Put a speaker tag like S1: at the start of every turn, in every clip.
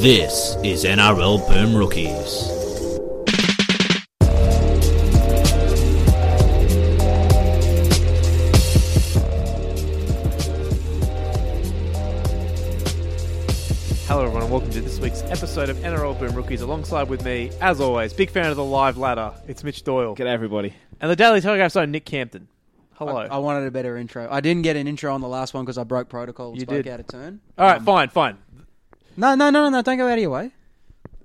S1: This is NRL Boom Rookies.
S2: Hello, everyone, and welcome to this week's episode of NRL Boom Rookies. Alongside with me, as always, big fan of the live ladder. It's Mitch Doyle
S3: G'day, everybody.
S2: and the Daily Telegraph's own Nick Campton. Hello.
S4: I wanted a better intro. I didn't get an intro on the last one because I broke protocol. And
S2: You
S4: spoke
S2: did.
S4: out of turn.
S2: All right, fine, fine.
S4: No, no, no, no, no! Don't go out of your way.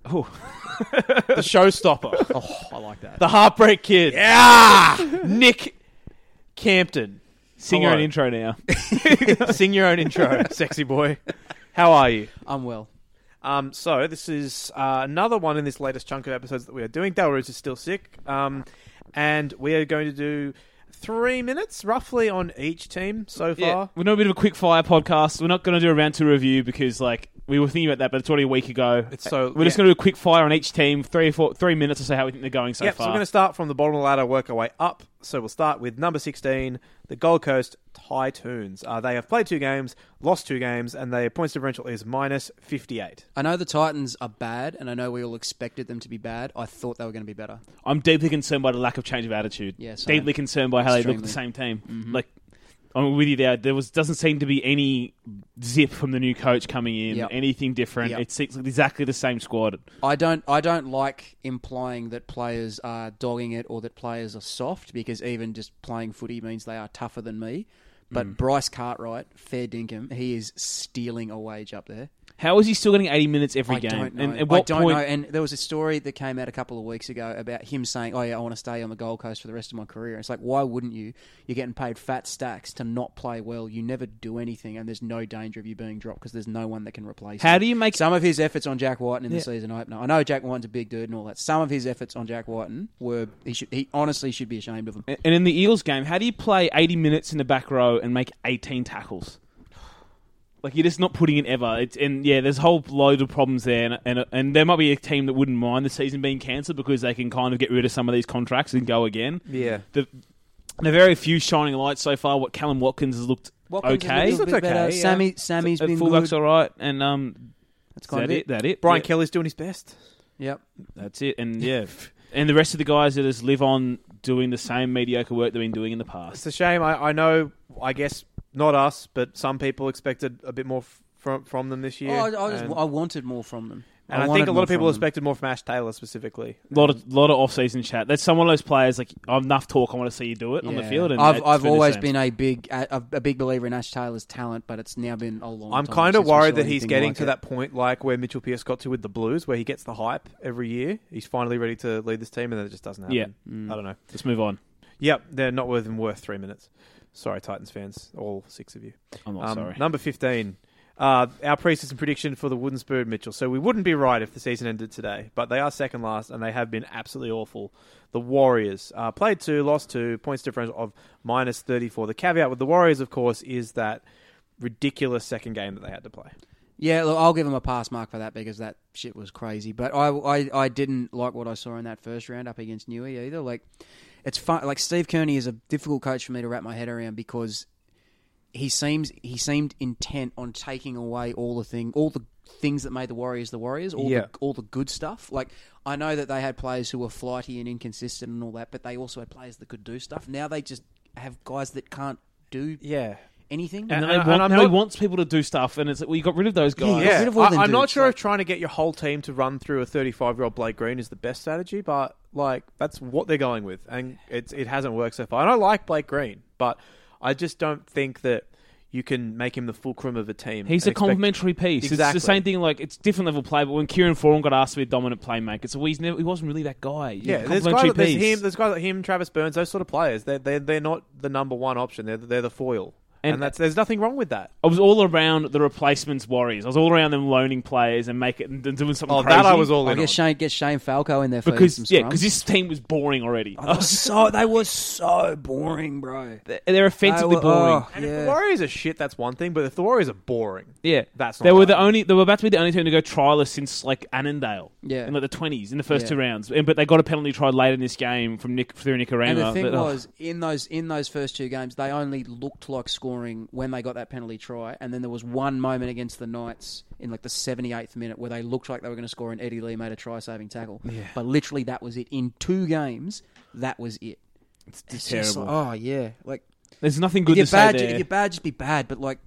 S2: Oh. the showstopper,
S4: Oh, I like that.
S2: the heartbreak kid. Yeah, Nick Campton.
S3: Sing your
S2: Hello.
S3: own intro now.
S2: Sing your own intro, sexy boy. How are you?
S4: I'm well.
S2: Um, so this is uh, another one in this latest chunk of episodes that we are doing. Dalrus is still sick, um, and we are going to do three minutes roughly on each team so far.
S3: We're not a bit of a quick fire podcast. We're not going to do a round two review because, like, we were thinking about that, but it's already a week ago.
S2: It's so-
S3: we're just
S2: yeah.
S3: going to do a quick fire on each team, three or four, three minutes or so, how we think they're going so
S2: yep.
S3: far.
S2: So we're going to start from the bottom of the ladder, work our way up. So we'll start with number sixteen, the Gold Coast Tytoons. Uh, they have played two games, lost two games, and their points differential is minus fifty-eight.
S4: I know the Titans are bad, and I know we all expected them to be bad. I thought they were going to be better.
S3: I'm deeply concerned by the lack of change of attitude.
S4: Yeah, same. Mm-hmm.
S3: deeply concerned by how they look at the same team. Like, I'm with you there. There was doesn't seem to be any zip from the new coach coming in.
S4: Yep.
S3: Anything different.
S4: Yep.
S3: It seems like exactly the same squad.
S4: I don't. I don't like implying that players are dogging it or that players are soft because even just playing footy means they are tougher than me. But
S2: Hmm.
S4: Bryce Cartwright, fair dinkum, he is stealing a wage up there.
S3: How is he still getting 80 minutes every
S4: I
S3: game?
S4: Don't know.
S3: And at what
S4: I don't
S3: point?
S4: know. And there was a story that came out a couple of weeks ago about him saying, "Oh yeah, I want to stay on the Gold Coast for the rest of my career." And it's like, why wouldn't you? You're getting paid fat stacks to not play well. You never do anything, and there's no danger of you being dropped because there's no one that can replace.
S3: How
S4: you.
S3: do you make
S4: some of his efforts on Jack Whiten in the season opener? I know Jack Whiten's a big dude and all that. Some of his efforts on Jack Whiten were he should he honestly should be ashamed of them.
S3: And in the Eels game, how do you play 80 minutes in the back row and make 18 tackles? Like you're just not putting in ever. It's, and yeah, there's a whole load of problems there, and, and and there might be a team that wouldn't mind the season being cancelled because they can kind of get rid of some of these contracts and go again.
S2: Yeah.
S3: The the very few shining lights so far. What Callum Watkins has looked okay.
S2: He's looked okay, yeah.
S4: Sammy Sammy's
S3: At
S4: been
S3: fullback's
S4: good.
S3: all right, and um,
S4: That's
S3: is
S4: kind
S3: that
S4: of
S3: it. That it.
S2: Brian
S3: Yeah.
S2: Kelly's doing his best.
S4: Yep.
S3: That's it. And yeah, and the rest of the guys that just live on doing the same mediocre work they've been doing in the past.
S2: It's a shame. I, I know. I guess not us, but some people expected a bit more f- from from them this
S4: Oh,
S2: year.
S4: I, I, just,
S2: and,
S4: I wanted more from them.
S2: and I, think
S4: wanted
S2: a lot
S4: more
S2: of people
S4: from them.
S2: expected more from Ash Taylor specifically.
S3: lot of lot of off season chat. That's some of those players like enough talk. I want to see you do it on the
S4: Yeah.
S3: field. And
S4: I've
S3: that's
S4: I've
S3: been the
S4: always
S3: same.
S4: been a big a, a big believer in Ash Taylor's talent, but it's now been a long.
S2: I'm
S4: time
S2: kind of
S4: since we
S2: worried
S4: saw
S2: that he's
S4: anything
S2: getting
S4: like
S2: to
S4: it.
S2: that point, like where Mitchell Pearce got to with the Blues, where he gets the hype every year. He's finally ready to lead this team, and then it just doesn't happen.
S3: Yeah.
S4: Mm.
S2: I don't know.
S3: Let's move on.
S2: Yep, they're not worth worth three minutes. Sorry, Titans fans, all six of you.
S3: I'm not
S2: Um,
S3: Oh, sorry.
S2: Number 15. Uh, our preseason prediction for the Wooden Spoon, Mitchell. So we wouldn't be right if the season ended today, but they are second last and they have been absolutely awful. The Warriors uh, played two, lost two, points differential of minus 34. The caveat with the Warriors, of course, is that ridiculous second game that they had to play.
S4: Yeah, look, I'll give him a pass mark for that because that shit was crazy. But I, I, I didn't like what I saw in that first round up against Newey either. Like, it's fun. Like Steve Kearney is a difficult coach for me to wrap my head around because he seems he seemed intent on taking away all the thing, all the things that made the Warriors the Warriors, all
S2: Yeah.
S4: the all the good stuff. Like, I know that they had players who were flighty and inconsistent and all that, but they also had players that could do stuff. Now they just have guys that can't do
S2: Yeah.
S4: anything.
S3: and,
S2: and-
S3: they
S2: and
S3: want,
S2: I'm
S3: now he
S2: not-
S3: wants people to do stuff, and it's like, well, you got rid of those guys.
S4: Yeah. rid of all
S2: I,
S4: them
S2: I'm not
S4: dudes,
S2: sure
S4: like-
S2: if trying to get your whole team to run through a 35 year old Blake Green is the best strategy, but like that's what they're going with, and it's it hasn't worked so far. And I like Blake Green, but I just don't think that you can make him the fulcrum of a team.
S3: He's
S2: and
S3: a
S2: expect-
S3: complimentary piece.
S2: Exactly.
S3: It's the same thing. Like it's different level play, but when Kieran Foran got asked to be a dominant playmaker, so he's never, he wasn't really that guy. He's a
S2: Yeah, there's guys,
S3: complimentary
S2: like, there's
S3: piece.
S2: him, there's guys like him, Travis Burns, those sort of players. They're they're, they're not the number one option. They're they're the foil, and,
S3: And-
S2: that's there's nothing wrong with that.
S3: I was all around the replacements Warriors. I was all around them loaning players and making and doing something.
S2: Oh,
S3: crazy
S2: that I was all
S4: I
S2: in.
S4: guess
S2: on.
S4: Shane get Shane Falco in there for some
S3: because yeah,
S4: scrums.
S3: because this team was boring already.
S4: Oh, so they were so boring, bro.
S3: They're
S4: They
S3: offensively
S4: were-
S3: boring.
S4: oh,
S2: And if the
S4: yeah.
S2: Warriors are shit, that's one thing. But if the Warriors are boring,
S3: Yeah,
S2: That's not
S3: they were the
S2: happening.
S3: only they were about to be the only team to go trialless since like Annandale.
S4: Yeah.
S3: in like the twenties in the first
S4: Yeah.
S3: two rounds, and, but they got a penalty try late in this game from Nick through Nicaragua.
S4: And the thing
S3: but, oh,
S4: was, in those in those first two games, they only looked like scoring when they got that penalty try, and then there was one moment against the Knights in like the 78th minute where they looked like they were going to score, and Eddie Lee made a try-saving tackle. But literally, that was it. In two games, that was it.
S3: It's,
S4: It's
S3: terrible.
S4: just like, oh yeah, like
S3: There's nothing
S4: if
S3: good
S4: you're
S3: to say
S4: bad,
S3: there.
S4: if you're bad, just be bad. But like,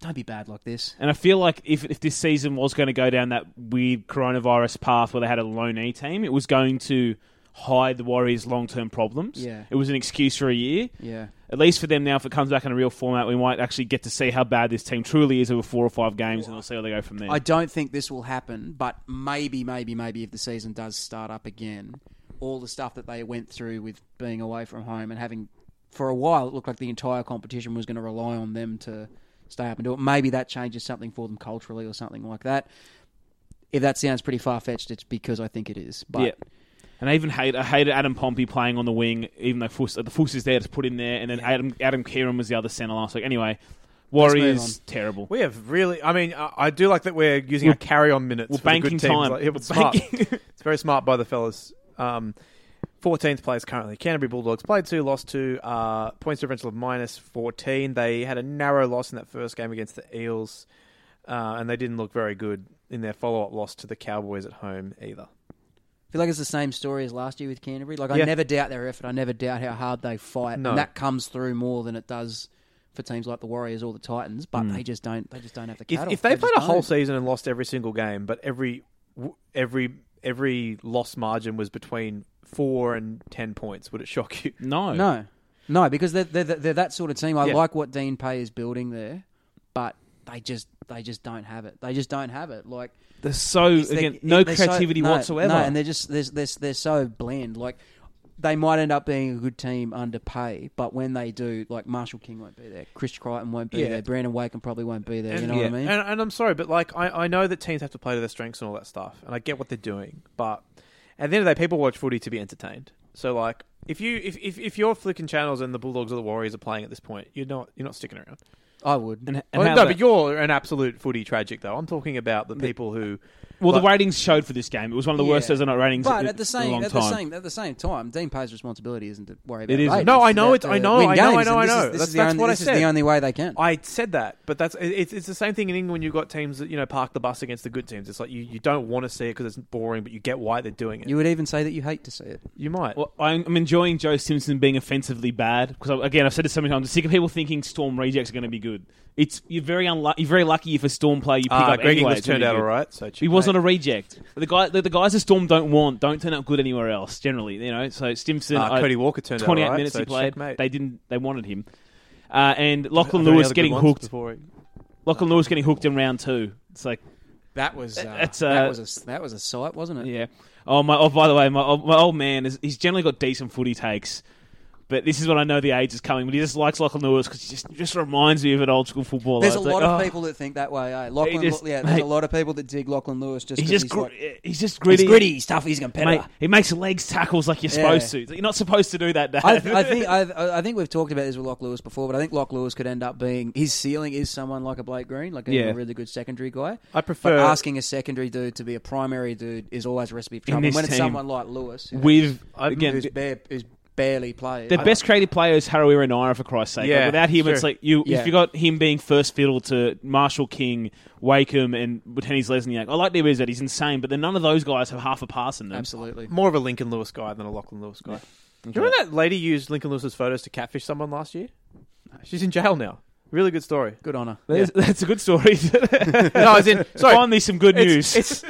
S4: don't be bad like this.
S3: And I feel like if, if this season was going to go down that weird coronavirus path where they had a lone E team, it was going to hide the Warriors' long term problems.
S4: Yeah.
S3: It was an excuse for a year.
S4: Yeah,
S3: At least for them now, if it comes back in a real format, we might actually get to see how bad this team truly is over four or five games, and we'll see how they go from there.
S4: I don't think this will happen, but maybe, maybe, maybe if the season does start up again, all the stuff that they went through with being away from home and having, for a while, it looked like the entire competition was going to rely on them to stay up and do it. Maybe that changes something for them culturally or something like that. If that sounds pretty far fetched, it's because I think it is. But
S3: Yeah. And I even hate I hated Adam Pompey playing on the wing, even though Fuss, the Fuss is there to put in there, and then Adam Adam Kieran was the other centre last week. Anyway, Warriors terrible.
S2: We have really. I mean, I, I do like that we're using our carry-on minutes.
S3: we're
S2: for the good
S3: banking
S2: teams.
S3: time.
S2: Like, yeah,
S3: We're
S2: it's smart.
S3: banking.
S2: it's very smart by the fellas. Um, 14th place currently. Canterbury Bulldogs played two, lost two. Uh, points differential of minus 14. They had a narrow loss in that first game against the Eels, uh, and they didn't look very good in their follow-up loss to the Cowboys at home either.
S4: I feel like it's the same story as last year with Canterbury. Like, I
S2: Yeah.
S4: never doubt their effort. I never doubt how hard they fight.
S2: No.
S4: And that comes through more than it does for teams like the Warriors or the Titans. But they just don't. They just don't have the
S2: Mm. If,
S4: cattle.
S2: if they
S4: just
S2: played a whole
S4: don't.
S2: season and lost every single game, but every w- every every loss margin was between four and ten points, would it shock you?
S3: No.
S4: No, no, because they're they're, they're that sort of team. I
S2: Yeah.
S4: like what Dean Pay is building there, but they just they just don't have it. They just don't have it. Like
S3: They're so
S4: it's- they-
S3: again, no
S4: they're so-
S3: creativity
S4: no,
S3: whatsoever.
S4: No, and they're just they're, they're they're so bland. Like they might end up being a good team under Pay, but when they do, like Marshall King won't be there, Chris Crichton won't be
S2: Yeah.
S4: there, Brandon Wakem probably won't be there. you
S2: And-
S4: know what I mean?
S2: And, and I'm sorry, but like I, I know that teams have to play to their strengths and all that stuff, and I get what they're doing, but at the end of the day, people watch footy to be entertained. So like, if you if, if, if you're flicking channels and the Bulldogs or the Warriors are playing at this point, you're not you're not sticking around.
S4: I would.
S3: And- and
S2: Well,
S3: how
S2: no,
S3: about-
S2: but you're an absolute footy tragic though. I'm talking about the people who.
S3: Well, the
S2: like-
S3: ratings showed for this game. It was one of the worst
S4: Yeah.
S3: Thursday night ratings.
S4: But
S3: in-
S4: at the
S3: in a
S4: same
S3: long
S4: at
S3: time.
S4: the same at the same time, Dean Pay's responsibility isn't to worry about
S3: It isn't.
S4: ratings.
S2: No, I know
S4: It's
S2: it's- I
S4: to
S2: know,
S4: win
S2: I know, I
S4: games,
S2: know,
S4: and
S2: I
S4: this
S2: know.
S4: is- This
S2: That's-
S4: is the
S2: that's
S4: only-
S2: what I
S4: this is the
S2: said.
S4: only way they can.
S2: I said that, but that's it- it's, it's the same thing in England when you've got teams that you know park the bus against the good teams. It's like you, you don't want to see it because it's boring, but you get why they're doing it.
S4: You
S2: You,
S4: would even say that you hate to see it.
S2: might.
S3: Well, I'm, I'm enjoying Joe Simpson being offensively bad because again I've said it so many times. I'm sick of people thinking Storm rejects are going to be good. It's you're very unlu- you're very lucky if a Storm player you pick
S2: Ah,
S3: up
S2: Greg
S3: anyway.
S2: Inglis
S3: it's gonna
S2: turned
S3: be
S2: out
S3: good.
S2: all right, so
S3: He wasn't a reject. The guy the, the guys the Storm don't want don't turn out good anywhere else generally. You know, so Stimson,
S2: Ah,
S3: I-
S2: Cody Walker turned out
S3: 28
S2: all right,
S3: minutes
S2: so
S3: he played.
S2: checkmate.
S3: They didn't they wanted him. Uh, and Lachlan
S2: Are there any
S3: Lewis
S2: other
S3: getting
S2: good ones
S3: hooked.
S2: before he-
S3: Lachlan Lewis getting hooked in round two. It's like
S4: That was uh,
S3: That's, uh,
S4: that was a that was a sight, wasn't it?
S3: Yeah. Oh my. Oh, by the way, my oh, my old man is he's generally got decent footy takes, but this is when I know the age is coming. But he just likes Lachlan Lewis because he just just reminds me of an old school footballer.
S4: There's a
S3: It's like,
S4: lot of
S3: oh,
S4: people that think that way. Eh? Lachlan,
S3: just-
S4: yeah, there's
S3: mate.
S4: a lot of people that dig Lachlan Lewis just
S3: He's
S4: 'cause
S3: just
S4: he's,
S3: gr-
S4: like,
S3: he's just
S4: he's
S3: gritty.
S4: gritty, he's tough, he's a
S3: Mate,
S4: competitor.
S3: he makes legs tackles like you're
S4: Yeah.
S3: supposed to. You're not supposed to do that, Dad.
S4: I, I think I've, I think we've talked about this with Lock Lewis before, but I think Lock Lewis could end up being his ceiling is someone like a Blake Green, like a
S3: Yeah.
S4: really good secondary guy.
S2: I prefer-
S4: but asking a secondary dude to be a primary dude is always a recipe for
S3: In
S4: trouble.
S3: this
S4: When it's
S3: team,
S4: someone like Lewis, who-
S3: with
S2: I'm
S3: again.
S4: who's, bare, who's barely played,
S3: The best creative player is Haruira Naira, for Christ's sake. Like,
S2: Yeah,
S3: without him,
S2: sure.
S3: it's like you.
S4: Yeah.
S3: If you got him being first fiddle to Marshall King, Wakem, and Butenis Lesniak, I like Nibiz that he's insane, but then none of those guys have half a pass in them.
S4: absolutely.
S2: more of a Lincoln Lewis guy than a Lachlan Lewis guy. Do you remember that lady used Lincoln Lewis's photos to catfish someone last year? She's in jail now. Really good story.
S4: Good honor.
S3: There's- That's a good story.
S2: No, as in sorry.
S3: Finally, some good
S2: it's,
S3: news.
S2: It's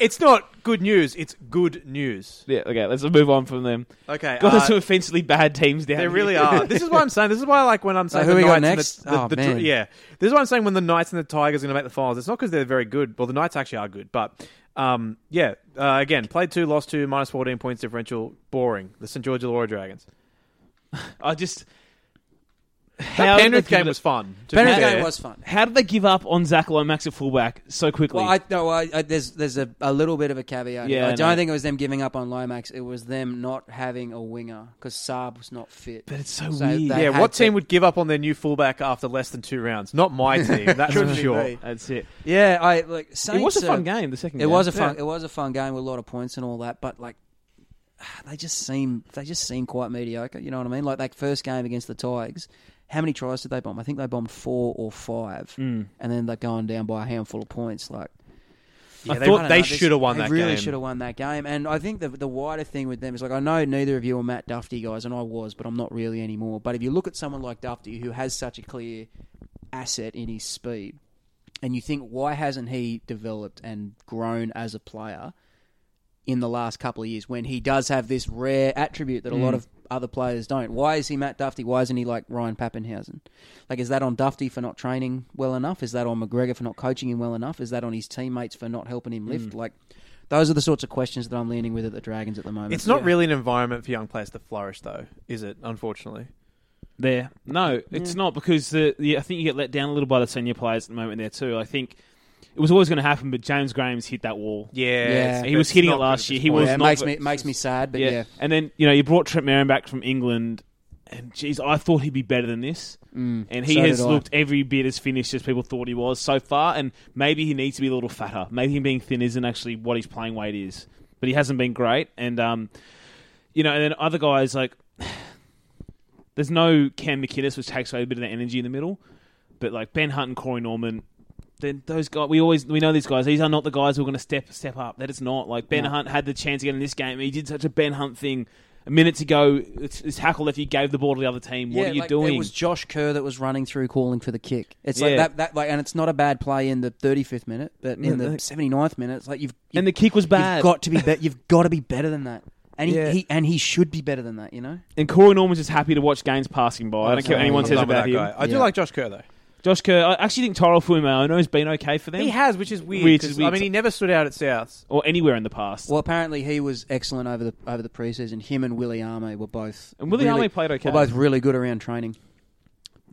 S2: it's not good news. It's good news.
S3: yeah, okay, let's move on from them.
S2: Okay,
S3: God,
S2: uh,
S3: there's some offensively bad teams down
S2: they
S3: here.
S2: really are. This is why I'm saying. This is why, like, when I'm saying
S4: who
S2: the
S4: we got
S2: Knights
S4: next?
S2: and the, the,
S4: Oh,
S2: the-
S4: man.
S2: yeah, this is why I'm saying when the Knights and the Tigers are going to make the finals. It's not because they're very good. Well, the Knights actually are good, but um, yeah. Uh, again, played two, lost two, minus fourteen points differential. Boring. The St George Illawarra Dragons.
S3: I just. How
S2: That
S3: did
S2: Penrith
S3: they give
S2: game
S3: it-
S2: was fun. to be
S4: Penrith
S2: fair.
S4: game was fun.
S3: How did they give up on Zach Lomax at fullback so quickly?
S4: Well, I no, I, I there's there's a, a little bit of a caveat.
S3: Yeah,
S4: Yeah,
S3: I
S4: I don't
S3: know.
S4: think it was them giving up on Lomax. It was them not having a winger because Saab was not fit.
S3: but it's so,
S4: So
S3: weird.
S4: they-
S2: Yeah,
S4: had
S2: what
S4: to-
S2: team would give up on their new fullback after less than two rounds? Not my team, that's for
S4: Couldn't
S2: sure.
S4: be.
S3: That's it.
S4: yeah, I like.
S3: It was a
S4: Saints are-
S3: fun game, the second
S4: It
S3: game.
S4: was a fun. It was a fun game with a lot of points and all that. But like, they just seem they just seem quite mediocre. You know what I mean? Like that first game against the Tigers. how many tries did they bomb? I think they bombed four or five, mm. and then they're going down by a handful of points. Like,
S2: Yeah,
S4: I
S2: they-
S4: don't know,
S2: they
S4: this-
S2: should have won
S4: they
S2: that
S4: really
S2: game.
S4: should have won that game. And I think the the wider thing with them is like I know neither of you are Matt Duffy guys, and I was, but I'm not really anymore. But if you look at someone like Duffy who has such a clear asset in his speed, and you think why hasn't he developed and grown as a player in the last couple of years when he does have this rare attribute that a
S3: Mm.
S4: lot of other players don't? Why is he Matt Duffy? Why isn't he like Ryan Pappenhausen? Like, is that on Duffy for not training well enough? Is that on McGregor for not coaching him well enough? Is that on his teammates for not helping him
S3: Mm.
S4: lift? Like, those are the sorts of questions that I'm leaning with at the Dragons at the moment.
S2: It's not really an environment for young players to flourish, though, is it? Unfortunately,
S3: There, no, it's not because the, the I think you get let down a little by the senior players at the moment there too. I think it was always going to happen, but James Graham's hit that wall.
S2: yeah,
S4: it's-
S3: He was hitting it last year. He was
S4: yeah, it
S3: not
S4: makes
S3: ve-
S4: me it makes me sad, but
S3: yeah.
S4: yeah,
S3: And then, you know, you brought Trent Merrin back from England, and geez, I thought he'd be better than this. Mm, and he
S4: so
S3: has
S4: did I.
S3: looked every bit as finished as people thought he was so far, and maybe he needs to be a little fatter. Maybe him being thin isn't actually what his playing weight is. But he hasn't been great. And, um, you know, and then other guys, like, there's no Cam McInnes, which takes away a bit of the energy in the middle. But, like, Ben Hunt and Corey Norman. Then those guys, we always we know these guys. These are not the guys who are going to step step up. That is not like Ben
S4: No.
S3: Hunt had the chance again in this game. He did such a Ben Hunt thing a minute ago. It's, it's tackle if you gave the ball to the other team. What
S4: Yeah,
S3: are you
S4: like,
S3: doing?
S4: It was Josh Kerr that was running through calling for the kick. It's
S3: Yeah.
S4: like that, that like, and it's not a bad play in the 35th minute, but in the 79th minute, it's like you've, you
S3: and the kick was bad.
S4: You've got to be, be- you've got to be better than that, and he,
S3: Yeah.
S4: he and he should be better than that. You know,
S3: and Corey Norman's just happy to watch games passing by. I don't care
S4: Absolutely.
S3: what anyone
S2: I'm
S3: says
S2: done with
S3: about
S2: that
S3: him.
S2: guy. I do
S4: Yeah.
S2: like Josh Kerr though.
S3: Josh Kerr. I actually think Tyrell Fuimaono has been okay for them,
S2: He has, which is weird.
S3: Which
S2: 'cause,
S3: is weird.
S2: I mean, he never stood out at Souths.
S3: or anywhere in the past.
S4: well, apparently he was excellent over the over the preseason. Him and Willie Arme were both
S3: And Willie
S4: really,
S3: Arme played okay.
S4: Were both really good around training.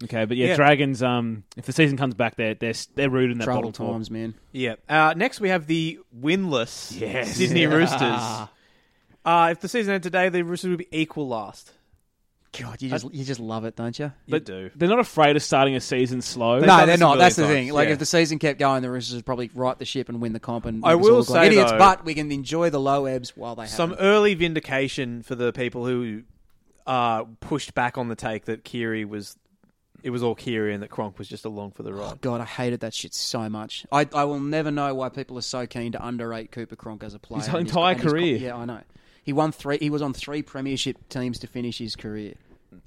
S3: okay, but yeah,
S2: Yeah.
S3: Dragons. Um, if the season comes back, they're they're they're rooted in that
S4: Trouble
S3: bottom four.
S4: times, man.
S2: Yeah. Uh, next, we have the winless
S3: Yes.
S2: Sydney
S3: Yeah.
S2: Roosters. Uh, if the season ended today, the Roosters would be equal last.
S4: God, you just you just love it, don't you?
S2: You
S3: But
S2: do.
S3: They're not afraid of starting a season slow.
S2: They've
S4: no,
S2: done
S4: they're
S2: this a
S4: not. That's the
S2: million
S4: thing.
S2: times,
S4: Like,
S2: yeah.
S4: if the season kept going, the Roosters would probably right the ship and win the comp. And
S2: I
S4: make us all
S2: will
S4: look like
S2: say,
S4: idiots,
S2: though-
S4: but we can enjoy the low ebbs while they
S2: Some
S4: happen.
S2: early vindication for the people who uh, pushed back on the take that Kiri was. It was all Kiri and that Cronk was just along for the ride.
S4: God, I hated that shit so much. I, I will never know why people are so keen to underrate Cooper Cronk as a player.
S3: His whole
S4: and
S3: entire
S4: and co-
S3: career.
S4: yeah, I know. He won three. He was on three premiership teams to finish his career.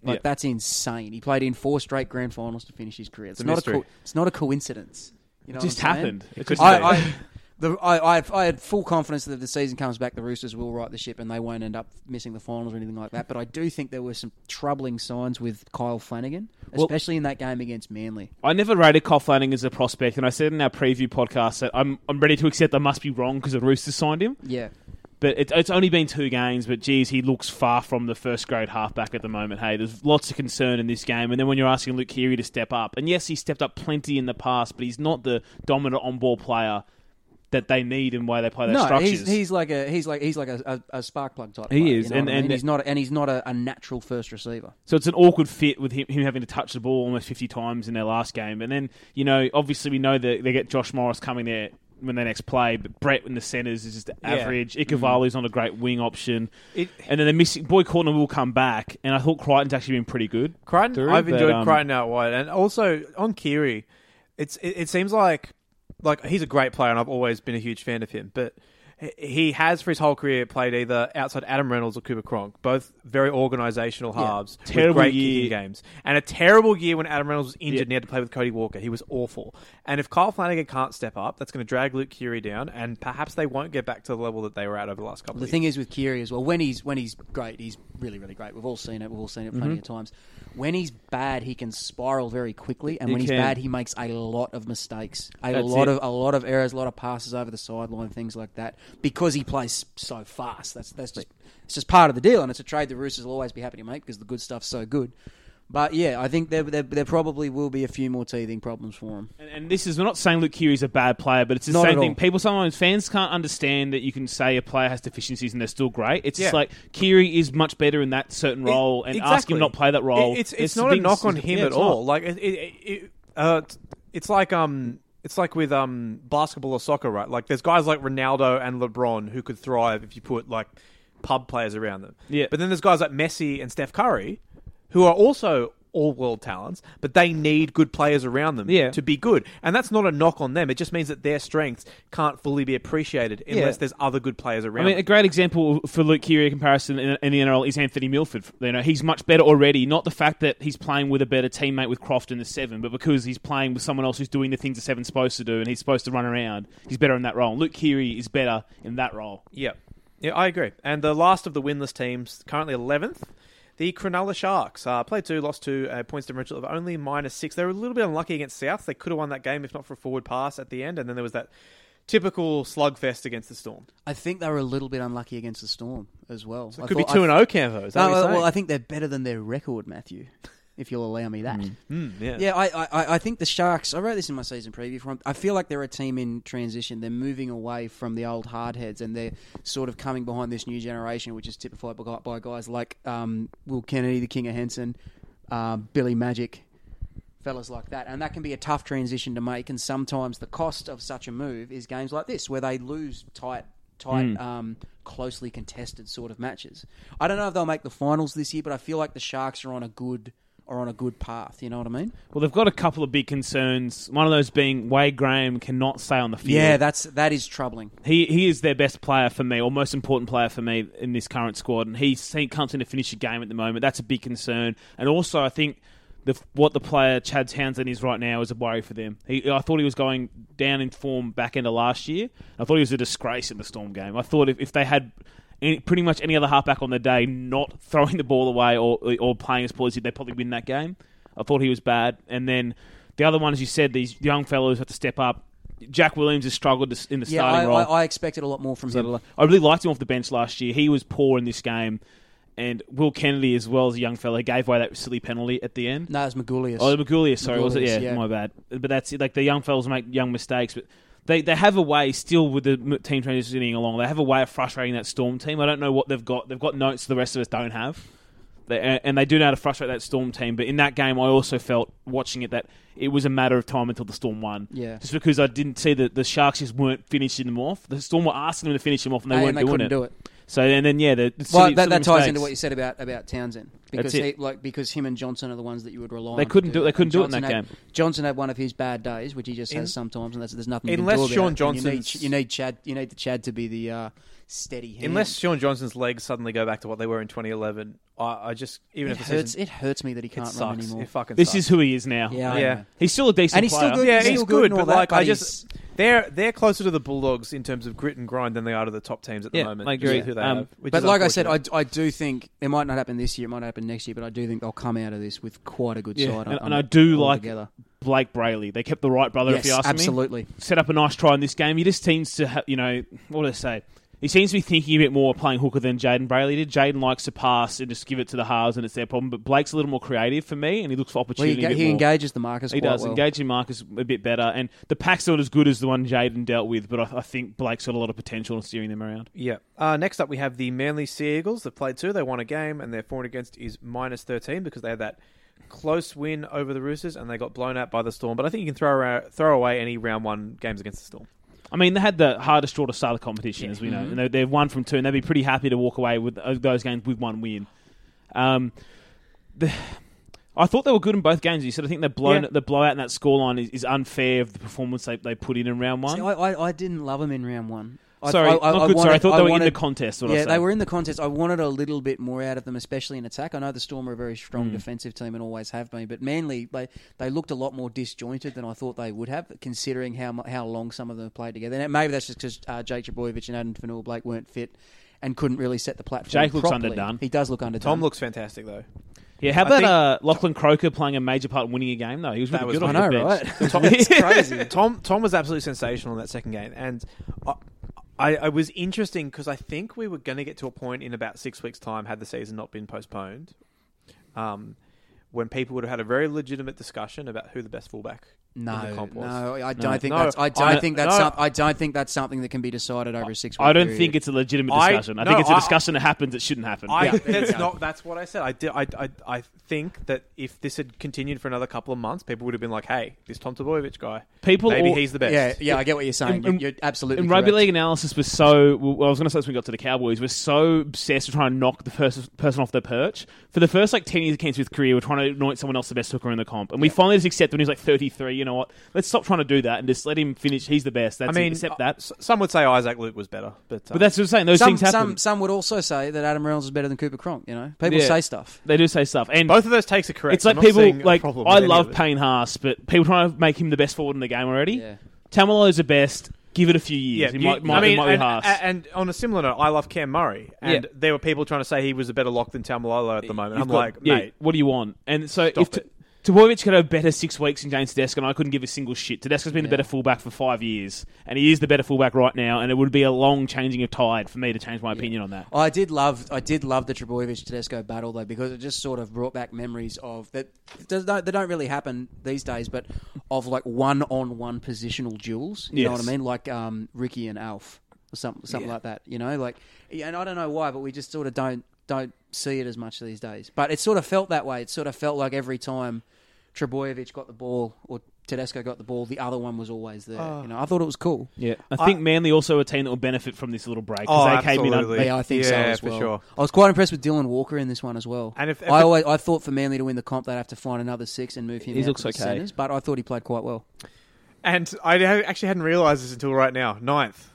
S4: Like
S3: Yeah.
S4: that's insane. He played in four straight grand finals to finish his career. It's,
S2: a
S4: not
S2: mystery.
S4: a co- it's not a coincidence. You know
S3: It just
S4: what I'm saying?
S3: happened. It could
S4: I,
S3: be.
S4: I, the, I, I, I had full confidence that if the season comes back, the Roosters will right the ship and they won't end up missing the finals or anything like that. But I do think there were some troubling signs with Kyle Flanagan, especially in that game against Manly.
S3: I never rated Kyle Flanagan as a prospect, and I said in our preview podcast that I'm I'm ready to accept I must be wrong because the Roosters signed him.
S4: Yeah.
S3: But it, it's only been two games, but geez, he looks far from the first grade halfback at the moment. Hey, there's lots of concern in this game. And then when you're asking Luke Keary to step up, and yes, he stepped up plenty in the past, but he's not the dominant on ball player that they need in why they play their
S4: No,
S3: structures.
S4: he's, he's like a he's like he's like a, a, a spark plug type.
S3: He
S4: player,
S3: is,
S4: you know
S3: and-
S4: what I mean?
S3: and-
S4: he's not a, and he's not a, a natural first receiver.
S3: So it's an awkward fit with him, him having to touch the ball almost 50 times in their last game. And then, you know, obviously we know that they get Josh Morris coming there when they next play, but Brett in the centres is just average. Ikavalu's not a great wing option.
S2: Mm. It-
S3: and then they're missing. Boy Corner will come back, and I thought Crichton's actually been pretty good.
S2: Crichton,
S3: through,
S2: I've
S3: but,
S2: enjoyed
S3: um,
S2: Crichton out wide, and also on Kiri, it's it, it seems like like he's a great player, and I've always been a huge fan of him. But he- he has for his whole career played either outside Adam Reynolds or Cooper Cronk, both very organisational halves, with
S3: Terrible
S2: great
S3: year.
S2: kicking games, and a terrible year when Adam Reynolds was injured
S3: Yeah.
S2: and he had to play with Cody Walker. He was awful, and if Kyle Flanagan can't step up, that's going to drag Luke Kiri down, and perhaps they won't get back to the level that they were at over the last couple.
S4: The
S2: of
S4: thing
S2: years.
S4: is with Kiri as well, when he's when he's great, he's really really great. We've all seen it. We've all seen it
S2: Mm-hmm.
S4: plenty of times. When he's bad, he can spiral very quickly, and
S3: He
S4: when he's
S3: can.
S4: bad, he makes a lot of mistakes, a
S3: That's
S4: lot
S3: it.
S4: of a lot of errors, a lot of passes over the sideline, things like that, because he plays so fast. That's that's just it's just part of the deal, and it's a trade the Roosters will always be happy to make because the good stuff's so good. But yeah, I think there, there, there probably will be a few more teething problems for him.
S3: And, and this is, we're not saying Luke Keary's a bad player, but it's the
S4: Not
S3: same
S4: at
S3: thing.
S4: all.
S3: People, sometimes fans can't understand that you can say a player has deficiencies and they're still great. It's just
S2: Yeah.
S3: like Keary is much better in that certain role, and ask him
S2: Exactly.
S3: not play that role.
S2: It- it's it's,
S3: There's
S2: not a
S3: things-
S2: knock on him
S3: yeah,
S2: at
S3: it's
S2: all.
S3: not.
S2: Like it, it, it, uh, t- it's like um, it's like with um basketball or soccer, right? Like there's guys like Ronaldo and LeBron who could thrive if you put like pub players around them.
S3: Yeah.
S2: But then there's guys like Messi and Steph Curry who are also all world talents, but they need good players around them
S3: Yeah.
S2: to be good. And that's not a knock on them. It just means that their strengths can't fully be appreciated unless there's other good players
S3: I
S2: around.
S3: mean, a
S2: them.
S3: great example for Luke Keary comparison in, in the NRL is Anthony Milford. You know, he's much better already. Not the fact that he's playing with a better teammate with Croft in the seven, but because he's playing with someone else who's doing the things the seven's supposed to do, and he's supposed to run around. He's better in that role. Luke Keary is better in that role.
S2: Yeah. Yeah, I agree. And the last of the winless teams, currently 11th, the Cronulla Sharks. Uh, played two, lost two, uh, points differential of only minus six. They were a little bit unlucky against South. They could have won that game if not for a forward pass at the end. And then there was that typical slugfest against the Storm.
S4: I think they were a little bit unlucky against the Storm as well.
S2: So it
S4: I
S2: could be
S4: thought-
S2: 2
S4: I-
S2: and 0 Campo. Is that what you're
S4: No, Oh, well,
S2: saying?
S4: well, I think they're better than their record, Matthew. If you'll allow me that.
S2: Mm, yeah.
S4: Yeah, I, I- I, I think the Sharks. I wrote this in my season preview. From I feel like they're a team in transition. They're moving away from the old hardheads, and they're sort of coming behind this new generation, which is typified by, by guys like um, Will Kennedy, the King of Henson, uh, Billy Magic, fellas like that. And that can be a tough transition to make. And sometimes the cost of such a move is games like this, where they lose tight, tight, um, closely contested sort of matches. I don't know if they'll make the finals this year, but I feel like the Sharks are on a good are on a good path. You know what I mean?
S3: Well, they've got a couple of big concerns. One of those being Wade Graham cannot stay on the field.
S4: Yeah, that's that is troubling.
S3: He he is their best player for me, or most important player for me in this current squad, and he's- he comes in to finish a game at the moment. That's a big concern, and also I think the what the player Chad Townsend is right now is a worry for them. He, I thought he was going down in form back end of last year. I thought he was a disgrace in the Storm game. I thought if, if they had any, pretty much any other halfback on the day not throwing the ball away or or playing as poorly, as he did, they'd probably win that game. I thought he was bad, and then. The other one, as you said, these young fellows have to step up. Jack Williams has struggled to s- in the
S4: Yeah,
S3: starting
S4: I,
S3: role.
S4: I, I expected a lot more from him.
S3: So I really liked him off the bench last year. He was poor in this game, and Will Kennedy, as well as a young fella, gave away that silly penalty at the end.
S4: No, it's Magulius.
S3: Oh, Magulia, sorry, was it?
S4: Magulius,
S3: Yeah,
S4: yeah.
S3: my bad. But that's it. Like the young fellas make young mistakes, but they they have a way still with the m- team transitioning along. They have a way of frustrating that Storm team. I don't know what they've got. They've got notes the rest of us don't have. They, and- and they do know how to frustrate that Storm team. But in that game, I also felt watching it that it was a matter of time until the Storm won.
S4: Yeah.
S3: Just because I didn't see that the Sharks just weren't finishing them off. The Storm were asking them to finish them off, and they
S4: and
S3: weren't
S4: they
S3: doing
S4: couldn't
S3: it.
S4: do it.
S3: So and then yeah, the, the
S4: Well,
S3: silly-
S4: that, that
S3: silly
S4: ties into
S3: mistakes.
S4: what you said about, about Townsend because
S3: That's it.
S4: he, like because him and Johnson are the ones that you would rely
S3: They
S4: on. to
S3: couldn't do it- they
S4: that.
S3: couldn't
S4: And
S3: do it in
S4: Johnson
S3: that
S4: had-
S3: game.
S4: Johnson had one of his bad days, which he just
S2: In-
S4: has sometimes, and that's, there's nothing.
S2: Unless
S4: you can do
S2: Sean
S4: about it. And you need,
S2: Johnson's-
S4: you need Chad, you need the Chad to be the uh, steady hand.
S2: Unless Sean Johnson's legs suddenly go back to what they were in 2011, I, I just even
S4: it
S2: if the
S4: hurts,
S2: season,
S4: it hurts me that he can't
S2: it
S4: run
S2: sucks.
S4: anymore.
S2: It fucking
S3: This
S2: sucks.
S3: is who he is now.
S4: yeah, I
S2: Yeah.
S4: know.
S3: He's still a decent
S4: And he's still
S3: player.
S4: good.
S2: yeah,
S4: He's
S2: he's,
S4: still
S2: good,
S4: and all
S2: but
S4: that,
S2: like
S4: but
S2: I just
S4: he's-
S2: they're they're closer to the Bulldogs in terms of grit and grind than they are to the top teams at the
S3: Yeah,
S2: moment.
S3: I
S2: just
S3: agree.
S2: with Who they
S3: Um,
S2: have, which
S4: But
S2: is
S4: like I said, I,
S2: unfortunate.
S4: I do think it might not happen this year. It might happen next year. But I do think they'll come out of this with quite a good
S3: Yeah,
S4: side.
S3: and-
S4: on-
S3: and I do like-
S4: altogether.
S3: Blake Brayley. They kept the right brother. if you
S4: Yes,
S3: ask me,
S4: absolutely.
S3: set up a nice try in this game. He just seems to, ha- you know, what do I say? He seems to be thinking a bit more playing hooker than Jaden Brayley did. Jaden likes to pass and just give it to the halves, and it's their problem. But Blake's a little more creative for me, and he looks for
S4: Well, he,
S3: opportunity.
S4: ga-
S3: a bit
S4: he
S3: more.
S4: engages the Marcus.
S3: He
S4: quite
S3: does
S4: well.
S3: engaging Marcus a bit better, and the pack's not as good as the one Jaden dealt with. But I, I think Blake's got a lot of potential in steering them around.
S2: yeah. Uh, next up, we have the Manly Sea Eagles. They've played two. They won a game, and their for and against is minus thirteen because they had that close win over the Roosters, and they got blown out by the Storm. But I think you can throw ara- throw away any round one games against the Storm.
S3: I mean, they had the hardest draw to start the competition, as we
S2: Mm-hmm.
S3: know. And they, they've won from two, and they'd be pretty happy to walk away with uh, those games with one win. Um, the, I thought they were good in both games. You said I think the blown
S2: Yeah.
S3: the blowout in that scoreline is, is unfair of the performance they, they put in in round one.
S4: See, I, I, I didn't love him in round one. I,
S3: sorry,
S4: I, I,
S3: not
S4: I
S3: good.
S4: wanted,
S3: sorry, I thought they were in
S4: wanted-
S3: the contest. What I
S4: Yeah,
S3: was
S4: they
S3: saying.
S4: were in the contest. I wanted a little bit more out of them, especially in attack. I know the Storm are a very strong
S3: Hmm.
S4: defensive team and always have been, but Manly they they looked a lot more disjointed than I thought they would have, considering how mu- how long some of them have played together. And maybe that's just because uh, Jake Jabojevic and Adam Fanua Blake weren't fit and couldn't really set the platform.
S3: Jake looks
S4: properly.
S3: underdone.
S4: He does look underdone.
S2: Tom looks fantastic though.
S3: Yeah, how
S2: I
S3: about
S2: think-
S3: uh, Lachlan Croker playing a major part in winning a game though? He was really
S2: That was
S3: good.
S4: I
S3: on
S4: know,
S3: the bench.
S4: right?
S2: It's crazy. Tom Tom was absolutely sensational in that second game, and I I, I was interesting because I think we were going to get to a point in about six weeks' time had the season not been postponed, um, when people would have had a very legitimate discussion about who the best fullback than the
S4: No,
S2: comp was.
S4: no, I don't think
S2: No,
S4: that's. I don't
S2: I-
S4: think that's.
S2: no.
S4: some- I don't think that's something that can be decided over a six.
S3: I don't think it's a legitimate
S2: I-
S3: discussion. I,
S2: no,
S3: think it's a
S2: I-
S3: discussion that happens that shouldn't happen.
S2: I,
S4: Yeah.
S2: that's
S4: Yeah.
S2: not. That's what I said. I, did, I, I, I think that if this had continued for another couple of months, people would have been like, "Hey, this Tom Trbojevic guy,
S3: People
S2: maybe
S3: all-
S2: he's the best."
S4: Yeah, yeah, I get what you're saying.
S3: In-
S4: You're-
S3: in-
S4: you're absolutely
S3: in rugby
S4: correct.
S3: league analysis, we're so. Well, I was going to say this when we got to the Cowboys, we're so obsessed with trying to knock the person person off their perch. For the first like ten years of Kent Smith's career, we're trying to anoint someone else the best hooker in the comp, and we finally just accept when he's like thirty three. You know what? Let's stop trying to do that and just let him finish. He's the best.
S2: I
S3: That's
S2: mean,
S3: it. accept
S2: uh,
S3: that.
S2: s- some would say Isaac Luke was better, but, uh,
S3: but that's what I'm saying. Those
S4: Some,
S3: things happen.
S4: some some would also say that Adam Reynolds is better than Cooper Cronk. You know, people
S3: Yeah.
S4: say stuff.
S3: they do say stuff, and
S2: both of those takes are correct.
S3: it's
S2: I'm
S3: like
S2: not
S3: people
S2: seeing a
S3: like
S2: problem
S3: I
S2: with any of
S3: love
S2: it.
S3: Payne Haas, but people trying to make him the best forward in the game already.
S4: Yeah.
S3: Tamalolo's the best. Give it a few
S2: Yeah,
S3: years. he
S2: you-
S3: might, might,
S2: I mean,
S3: it might be
S2: and,
S3: Haas.
S2: a- and on a similar note, I love Cam Murray, and
S3: Yeah.
S2: there were people trying to say he was a better lock than Tamalolo at the moment.
S3: You've
S2: I'm
S3: got-
S2: like,
S3: yeah,
S2: mate,
S3: what do you want? And so
S2: Stop
S3: if T- Tavojevic could have better six weeks in James Tedesco, and I couldn't give a single shit. Tedesco's been the better fullback for five years, and he is the better fullback right now. And it would be a long changing of tide for me to change my opinion on that.
S4: I did love I did love the Trebojevic Tedesco battle though because it just sort of brought back memories of that does not, they don't really happen these days but of like one on one positional duels you know
S3: Yes.
S4: what I mean like um, Ricky and Alf or something something like that you know like yeah, and I don't know why but we just sort of don't don't see it as much these days but it sort of felt that way it sort of felt like every time Trebojevic got the ball or Tedesco got the ball the other one was always there you know I thought it was cool
S3: Ah. Yeah, I think Manly also a team that will benefit from this little break. 'cause
S2: Oh,
S3: they came in un-
S2: absolutely.
S4: Yeah, I think so
S2: Yeah,
S4: as
S2: for
S4: well.
S2: sure.
S4: I was quite impressed with Dylan Walker in this one as well.
S2: And if- if
S4: I
S2: it-
S4: always, I thought for Manly to win the comp, they'd have to find another six and move him.
S3: He
S4: out
S3: looks
S4: to the
S3: okay.
S4: centres, but I thought he played quite well.
S2: and I ha- actually hadn't realised this until right now. Ninth,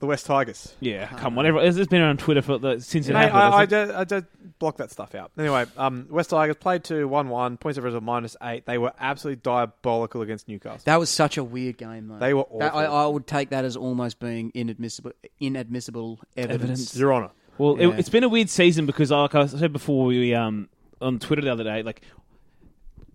S2: the West Tigers.
S3: yeah, come on. Everyone, it's been on Twitter for the, since it
S2: Mate,
S3: happened.
S2: I, I,
S3: isn't it?
S2: did, I did block that stuff out. Anyway, um, West Tigers played 2 1 1, points of result minus 8. They were absolutely diabolical against Newcastle.
S4: That was such a weird game, though.
S2: They were
S4: That- I,
S2: awful.
S4: I would take that as almost being inadmissible, inadmissible evidence.
S2: Your Honour.
S3: Well,
S4: Yeah.
S3: it, it's been a weird season because, like I said before, we um on Twitter the other day, like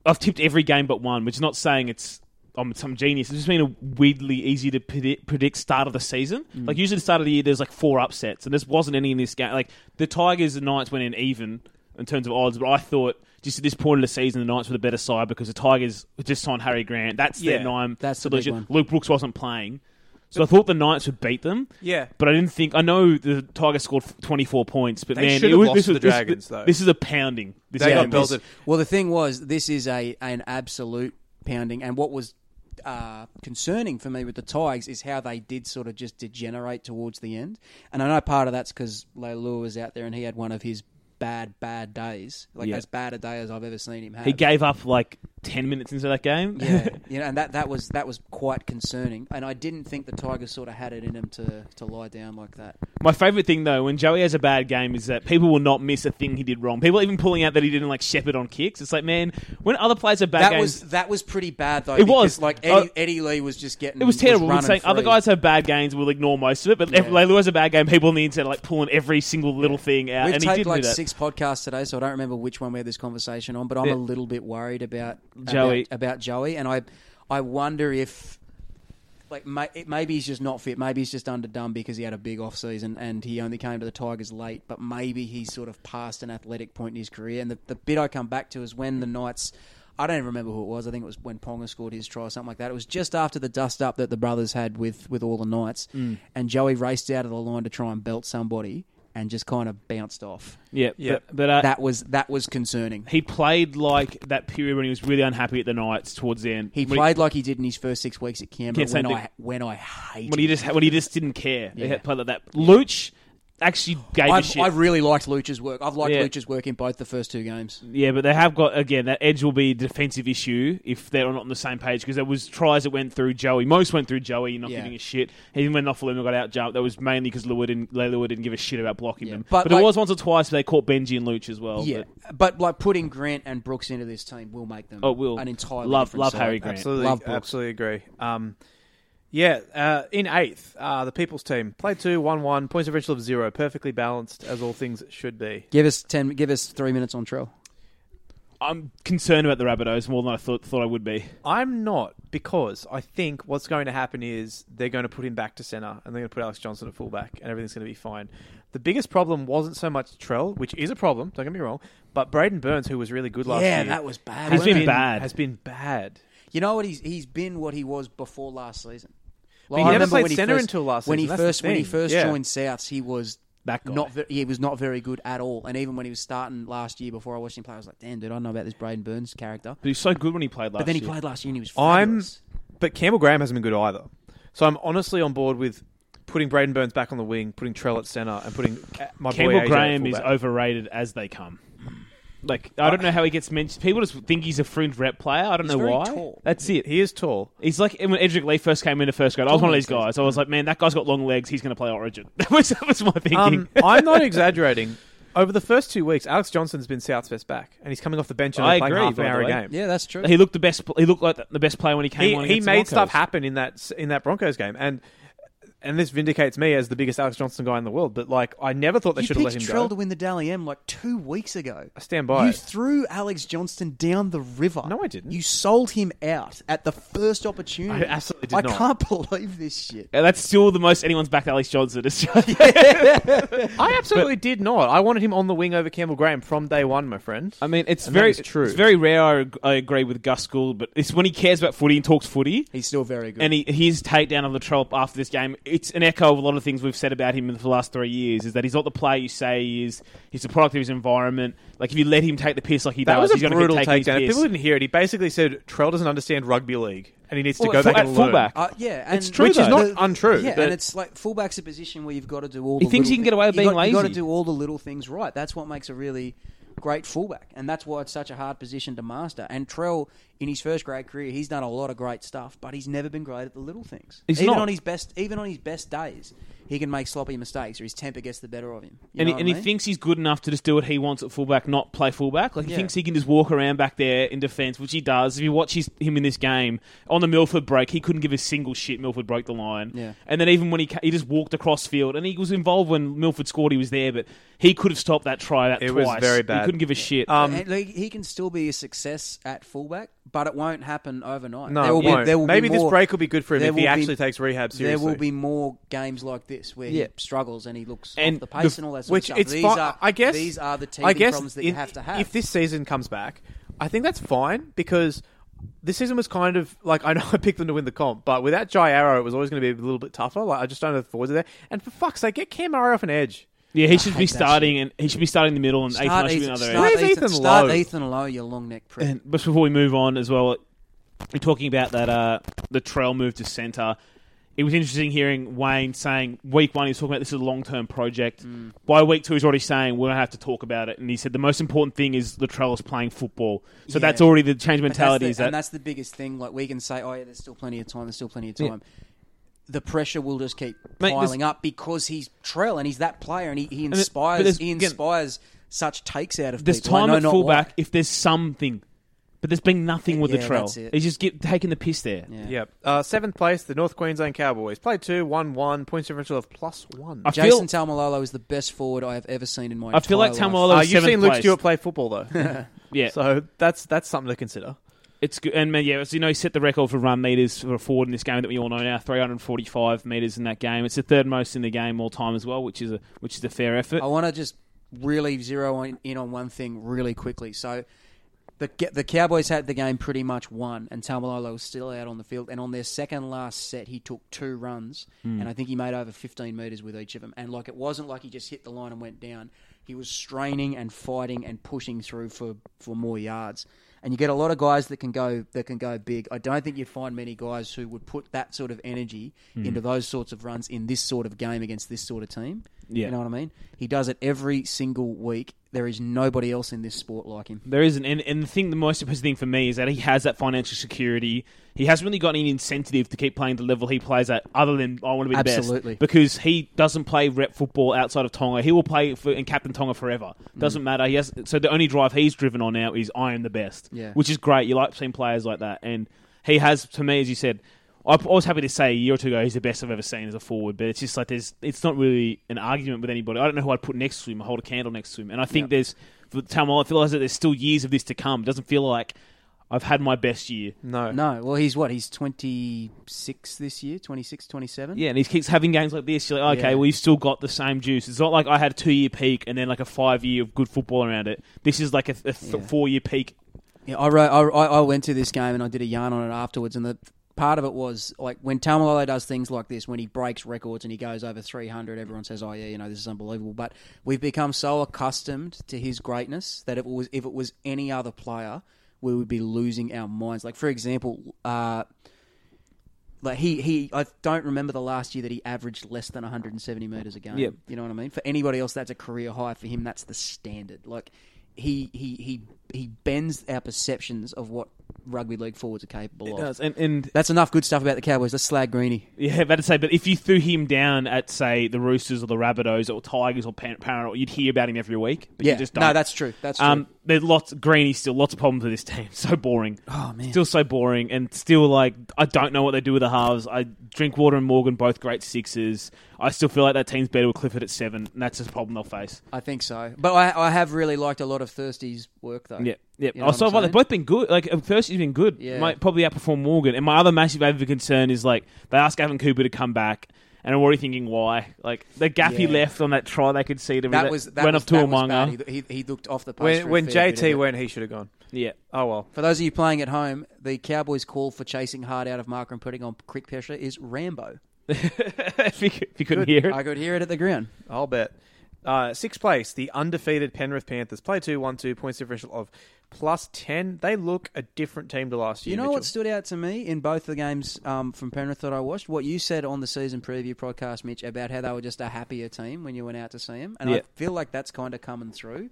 S3: I've tipped every game but one, which is not saying it's I'm some genius. It's just been a weirdly easy to predict, predict start of the season.
S4: Mm.
S3: Like usually the start of the year, there's like four upsets, and this wasn't any in this game. Like the Tigers and Knights went in even in terms of odds, but I thought just at this point of the season, the Knights were the better side because the Tigers just signed Harry Grant. That's
S2: Yeah,
S3: their nine.
S4: that's the big
S3: solution.
S4: one.
S3: Luke Brooks wasn't playing. So I thought the Knights would beat them.
S2: Yeah.
S3: But I didn't think. I know the Tigers scored 24 points, but
S2: They
S3: man,
S2: should
S3: it
S2: have
S3: was,
S2: lost
S3: this
S2: to
S3: was,
S2: the
S3: this-
S2: Dragons, though.
S3: This is a pounding. This
S2: They
S3: game.
S2: got belted.
S4: Well, the thing was, this is a an absolute pounding, and what was uh, concerning for me with the Tigers is how they did sort of just degenerate towards the end. And I know part of that's because Leilua was out there, and he had one of his bad, bad days, like
S3: Yeah.
S4: as bad a day as I've ever seen him have.
S3: He gave up like 10 minutes into that game.
S4: yeah, you know, and that, that was that was quite concerning, and I didn't think the Tigers sort of had it in them to, to lie down like that.
S3: My favorite thing though, when Joey has a bad game, is that people will not miss a thing he did wrong. People are even pulling out that he didn't like shepherd on kicks. It's like, man, when other players have bad
S4: That
S3: games,
S4: was that was pretty bad though.
S3: It
S4: because,
S3: was.
S4: like
S3: Oh.
S4: Eddie, Eddie Lee was just getting
S3: It was terrible. We're
S4: running
S3: saying other
S4: free.
S3: guys have bad games, we'll ignore most of it. But if
S4: Yeah.
S3: Leilu has a bad game, people on the internet are like pulling every single little thing out,
S4: We've
S3: and he
S4: taped
S3: did
S4: like
S3: do that.
S4: six podcasts today, so I don't remember which one we had this conversation on. But I'm
S3: Yeah.
S4: a little bit worried about
S3: Joey.
S4: about, about Joey, and I I wonder if like may, it, maybe he's just not fit. Maybe he's just underdone because he had a big off season and he only came to the Tigers late. But maybe he's sort of past an athletic point in his career. And the, the bit I come back to is when the Knights. I don't even remember who it was. I think it was when Ponga scored his try or something like that. It was just after the dust up that the brothers had with, with all the Knights.
S3: Mm.
S4: And Joey raced out of the line to try and belt somebody and just kind of bounced off.
S3: Yeah,
S2: Yeah.
S3: but, but uh,
S4: That was that was concerning.
S3: he played like that period when he was really unhappy at the Knights towards the end.
S4: He
S3: When
S4: played like he did in his first six weeks at Canberra
S3: Yeah, same
S4: when
S3: thing.
S4: I when I hated
S3: when he just when he just didn't care. He
S4: Yeah.
S3: had played like that. Luch actually gave a
S4: I've,
S3: shit.
S4: I really liked Lucha's work. I've liked
S3: Yeah.
S4: Lucha's work in both the first two games.
S3: yeah, but they have got again that edge will be a defensive issue if they're not on the same page because there was tries that went through Joey. Most went through Joey, not
S4: Yeah.
S3: giving a shit. Even when Nofaluma got out jumped, that was mainly because Lua didn't Leilua didn't give a shit about blocking
S4: Yeah.
S3: them.
S4: But
S3: But, there
S4: like-
S3: was once or twice they caught Benji and Luch as well.
S4: yeah,
S3: but-
S4: but, like putting Grant and Brooks into this team will make them
S3: Oh, will.
S4: an entirely
S3: Love-
S4: different
S3: love
S4: side.
S3: Harry Grant.
S2: Absolutely,
S4: Love Brooks.
S2: absolutely agree. Um, yeah, uh, in eighth, uh, the People's Team played two, one, one, points differential of zero, perfectly balanced as all things should be.
S4: Give us ten. Give us three minutes on Trell.
S3: I'm concerned about the Rabbitohs more than I thought thought I would be.
S2: I'm not because I think what's going to happen is they're going to put him back to center and they're going to put Alex Johnson at fullback and everything's going to be fine. The biggest problem wasn't so much Trell, which is a problem. Don't get me wrong, but Braden Burns, who was really good last
S4: yeah,
S2: year,
S4: that was bad.
S3: He's
S4: wasn't
S3: been
S4: it?
S3: bad.
S2: Has been bad.
S4: You know what? He's he's been what he was before last season.
S2: he
S4: Like,
S2: never
S4: remember
S2: played
S4: when he
S2: centre
S4: first-
S2: until last
S4: when
S2: season,
S4: He
S2: that's the
S4: first, when he
S2: thing.
S4: first
S2: Yeah.
S4: joined Souths, he was
S3: That guy.
S4: Not ve- he was not very good at all. And even when he was starting last year, before I watched him play, I was like, "Damn, dude, I don't know about this Braden Burns character."
S3: But he was so good when he played last
S4: But then he
S3: year.
S4: played last year and he was
S2: Oh, I'm,
S4: fabulous.
S2: but Campbell Graham hasn't been good either. So I'm honestly on board with putting Braden Burns back on the wing, putting Trell at centre, and putting uh, my boy
S3: Campbell
S2: AJ
S3: Graham
S2: at
S3: is
S2: fullback.
S3: overrated as they come. Like I don't know how he gets mentioned. People just think he's a fringe rep player. I don't
S4: He's
S3: know
S4: very
S3: why.
S4: tall.
S3: That's it.
S2: He is tall.
S3: He's like when Edric Lee first came into first grade. I was one of these guys. I was like, man, that guy's got long legs. He's going to play Origin. That was, that was my thinking.
S2: Um, I'm not exaggerating. Over the first two weeks, Alex Johnson's been South's best back, and he's coming off the bench and
S3: I
S2: playing
S3: agree,
S2: half an
S3: by the
S2: hour a
S3: way.
S2: game.
S4: yeah, that's true.
S3: he looked the best. He looked like the best player when he came
S2: He,
S3: on.
S2: he
S3: against the
S2: made stuff
S3: Broncos.
S2: happen in that s- in that Broncos game, and and this vindicates me as the biggest Alex Johnson guy in the world. But like, I never thought they
S4: you
S2: should
S4: picked
S2: have let him
S4: Trell
S2: go.
S4: to win the Dally M like two weeks ago.
S2: I stand by
S4: You
S2: it.
S4: threw Alex Johnston down the river.
S2: No, I didn't.
S4: You sold him out at the first opportunity.
S2: I absolutely did
S4: I
S2: not.
S4: can't believe this shit.
S3: Yeah, that's still the most anyone's backed Alex Johnson. It's just,
S2: I absolutely did not. I wanted him on the wing over Campbell Graham from day one, my friend.
S3: I mean, it's
S2: And that
S3: very
S2: is true.
S3: It's very rare. I, ag- I agree with Gus Gould, but it's when he cares about footy and talks footy.
S4: He's still very good.
S3: And he, his takedown of Latrell after this game, it's an echo of a lot of things we've said about him for the last three years. Is that he's not the player you say he is. He's a product of his environment. Like if you let him take the piss like he
S2: That was
S3: does,
S2: a
S3: he's going
S2: brutal
S3: to get taken
S2: takedown. If
S3: his
S2: people
S3: piss.
S2: didn't hear it, he basically said Trell doesn't understand rugby league and he needs to
S3: Well,
S2: go
S3: at
S2: back
S3: full-
S2: and
S3: at
S2: learn.
S3: fullback.
S4: Uh, yeah, and
S3: It's true,
S2: Which is
S3: though.
S2: not untrue,
S4: Yeah,
S2: but-
S4: and it's like fullback's a position where you've got to do all.
S3: He
S4: the
S3: thinks
S4: little
S3: he can get away with
S4: you
S3: being
S4: got, You've got to
S3: lazy.
S4: do all the little things right. That's what makes a really great fullback, and that's why it's such a hard position to master. And Trell, in his first grade career, he's done a lot of great stuff, but he's never been great at the little things.
S3: He's
S4: even
S3: not.
S4: on his best, even on his best days, he can make sloppy mistakes, or his temper gets the better of him. You know
S3: And, he,
S4: what I
S3: and he
S4: mean?
S3: thinks he's good enough to just do what he wants at fullback, not play fullback. Like he
S4: Yeah.
S3: thinks he can just walk around back there in defence, which he does. If you watch his, him in this game on the Milford break, he couldn't give a single shit. Milford broke the line,
S4: Yeah.
S3: and then even when he ca- he just walked across field, and he was involved when Milford scored. He was there, but he could have stopped that try. That
S2: It was
S3: twice.
S2: very
S3: He
S2: bad.
S3: couldn't give a shit.
S2: Um,
S4: And, like, he can still be a success at fullback, but it won't happen overnight.
S2: No,
S4: there will
S2: it
S4: be,
S2: won't.
S4: There will
S2: Maybe
S4: be
S2: this
S4: more-
S2: break will be good for him
S4: there
S2: if he
S4: will be-
S2: actually takes rehab seriously.
S4: There will be more games like this where
S3: Yeah.
S4: he struggles and he looks
S3: And
S4: off the pace
S3: the-
S4: and all that sort
S2: which
S4: of stuff.
S2: it's
S4: these
S2: fine.
S4: are,
S2: I guess
S4: these are the TV
S2: I guess
S4: problems that you
S2: in-
S4: have to have.
S2: If this season comes back, I think that's fine because this season was kind of like I know I picked them to win the comp, but without Jai Arrow, it was always going to be a little bit tougher. Like I just don't know the forwards are there. And for fuck's sake, get Cam Arrow off an edge.
S3: yeah, he should
S4: hate
S3: be
S4: that
S3: starting, and he should be starting in the middle, and Ethan
S4: start
S3: should be
S4: Ethan,
S3: another.
S4: start
S2: Where's
S4: Ethan,
S2: Ethan
S4: start
S2: Lowe?
S4: Ethan Lowe, you long neck prick.
S3: And just before we move on as well, we're talking about that uh, the trail move to centre. It was interesting hearing Wayne saying week one he was talking about this is a long term project.
S4: Mm.
S3: By week two he's already saying we don't have to talk about it, and he said the most important thing is the trail is playing football. So
S4: Yeah.
S3: that's already the change
S4: But that's
S3: mentality.
S4: the,
S3: is that
S4: and that's the biggest thing. Like we can say, oh yeah, there's still plenty of time. There's still plenty of time. The pressure will just keep
S3: Mate, this-
S4: piling up because he's Trell and he's that player and he, he
S3: there's- but there's-
S4: inspires he
S3: again-
S4: inspires such takes out of
S3: there's
S4: people. I
S3: time
S4: know
S3: at
S4: not why.
S3: fullback if there's something, but there's been nothing with the
S4: Yeah,
S3: trail.
S4: that's it.
S3: He's just get, taking the piss there.
S4: Yeah.
S2: Yep. Uh, seventh place, the North Queensland Cowboys. Play two, one, one. Points differential of plus one.
S3: I feel
S4: Jason Talmalolo is the best forward I have ever seen in my.
S3: I feel
S4: entire life.
S3: like Tamalolo-
S2: Uh, you've
S3: seventh
S2: seen Luke
S3: place.
S2: Stewart play football though,
S3: yeah.
S2: so that's that's something to consider.
S3: It's good, and man, yeah, as you know, he set the record for run meters for a forward in this game that we all know now, 345 meters in that game. It's the third most in the game all time as well, which is a which is a fair effort.
S4: I want to just really zero in- in on one thing really quickly. So the Ca- the Cowboys had the game pretty much won, and Tamalolo was still out on the field. And on their second last set, he took two runs, and I think he made over 15 meters with each of them. And like it wasn't like he just hit the line and went down. He was straining and fighting and pushing through for, for more yards. And you get a lot of guys that can go that can go big. I don't think you'd find many guys who would put that sort of energy into those sorts of runs in this sort of game against this sort of team.
S3: Yeah.
S4: You know what I mean? He does it every single week. There is nobody else in this sport like him.
S3: There isn't, and, and the thing, the most important thing for me is that he has that financial security. He hasn't really got any incentive to keep playing the level he plays at, other than I want to be the best.
S4: Absolutely.
S3: because he doesn't play rep football outside of Tonga. He will play for, in captain Tonga forever. Doesn't matter. He has, so the only drive he's driven on now is I am the best,
S4: Yeah.
S3: which is great. You like seeing players like that, and he has to me, as you said. I I was happy to say a year or two ago he's the best I've ever seen as a forward, but it's just like there's it's not really an argument with anybody. I don't know who I'd put next to him, I hold a candle next to him, and I think
S4: Yep.
S3: there's for Tamal. I feel like there's still years of this to come. It doesn't feel like I've had my best year.
S2: No,
S4: No, well, he's what? He's 26 this year, 26, 27?
S3: Yeah, and he keeps having games like this. You're like, okay,
S4: Yeah.
S3: well, you've still got the same juice. It's not like I had a two year peak and then like a five year of good football around it. This is like a, a th-
S4: Yeah.
S3: four year peak
S4: Yeah, I wrote. I, I I went to this game and I did a yarn on it afterwards, and the part of it was like when Tamalolo does things like this, when he breaks records and he goes over three hundred, everyone says, "Oh yeah, you know this is unbelievable." But we've become so accustomed to his greatness that if it was if it was any other player, we would be losing our minds. Like for example, uh, like he he I don't remember the last year that he averaged less than 170 meters a game.
S3: Yeah.
S4: You know what I mean? For anybody else that's a career high for him that's the standard. Like he he he he bends our perceptions of what rugby league forwards are capable of.
S3: does. And, and
S4: That's enough good stuff about the Cowboys. Let's slag Greeny.
S3: yeah, about to say, but if you threw him down at say the Roosters or the Rabbitohs or Tigers or Pan- Parramatta, you'd hear about him every week. But
S4: Yeah.
S3: you just don't.
S4: no, that's true. That's true.
S3: Um, there's lots. Greeny still lots of problems with this team. So boring.
S4: Oh, man.
S3: still so boring, and still like I don't know what they do with the halves. I Drinkwater and Morgan both great sixes. I still feel like that team's better with Clifford at seven, and that's just a problem they'll face.
S4: I think so. But I I have really liked a lot of Thirsty's work though.
S3: Yeah, yeah.
S4: You know
S3: I
S4: what
S3: saw
S4: I'm
S3: well, they've
S4: saying?
S3: both been good. Like Thurston's been good.
S4: Yeah.
S3: Might probably outperform Morgan. And my other massive over concern is like they asked Gavin Cooper to come back, and I'm already thinking why. Like the gap he
S4: Yeah.
S3: left on that try, they could see that,
S4: That was that
S3: went
S4: was,
S3: up to
S4: that
S3: a
S4: was bad.
S3: manga.
S4: He, he, he looked off the post.
S2: When
S4: for a
S2: when
S4: fair bit of
S2: JT
S4: it.
S2: went, he should have gone.
S3: Yeah,
S2: Oh well.
S4: For those of you playing at home, the Cowboys' call for chasing hard out of marker and putting on quick pressure is Rambo.
S3: if you, if you couldn't hear it,
S4: I could hear it at the ground.
S2: I'll bet. Uh, sixth place, the undefeated Penrith Panthers. Play two, one, two points differential of plus ten. They look a different team to last year.
S4: You know
S2: Mitchell.
S4: what stood out to me in both the games um, from Penrith that I watched? What you said on the season preview podcast, Mitch, about how they were just a happier team when you went out to see them, and
S3: Yeah.
S4: I feel like that's kind of coming through.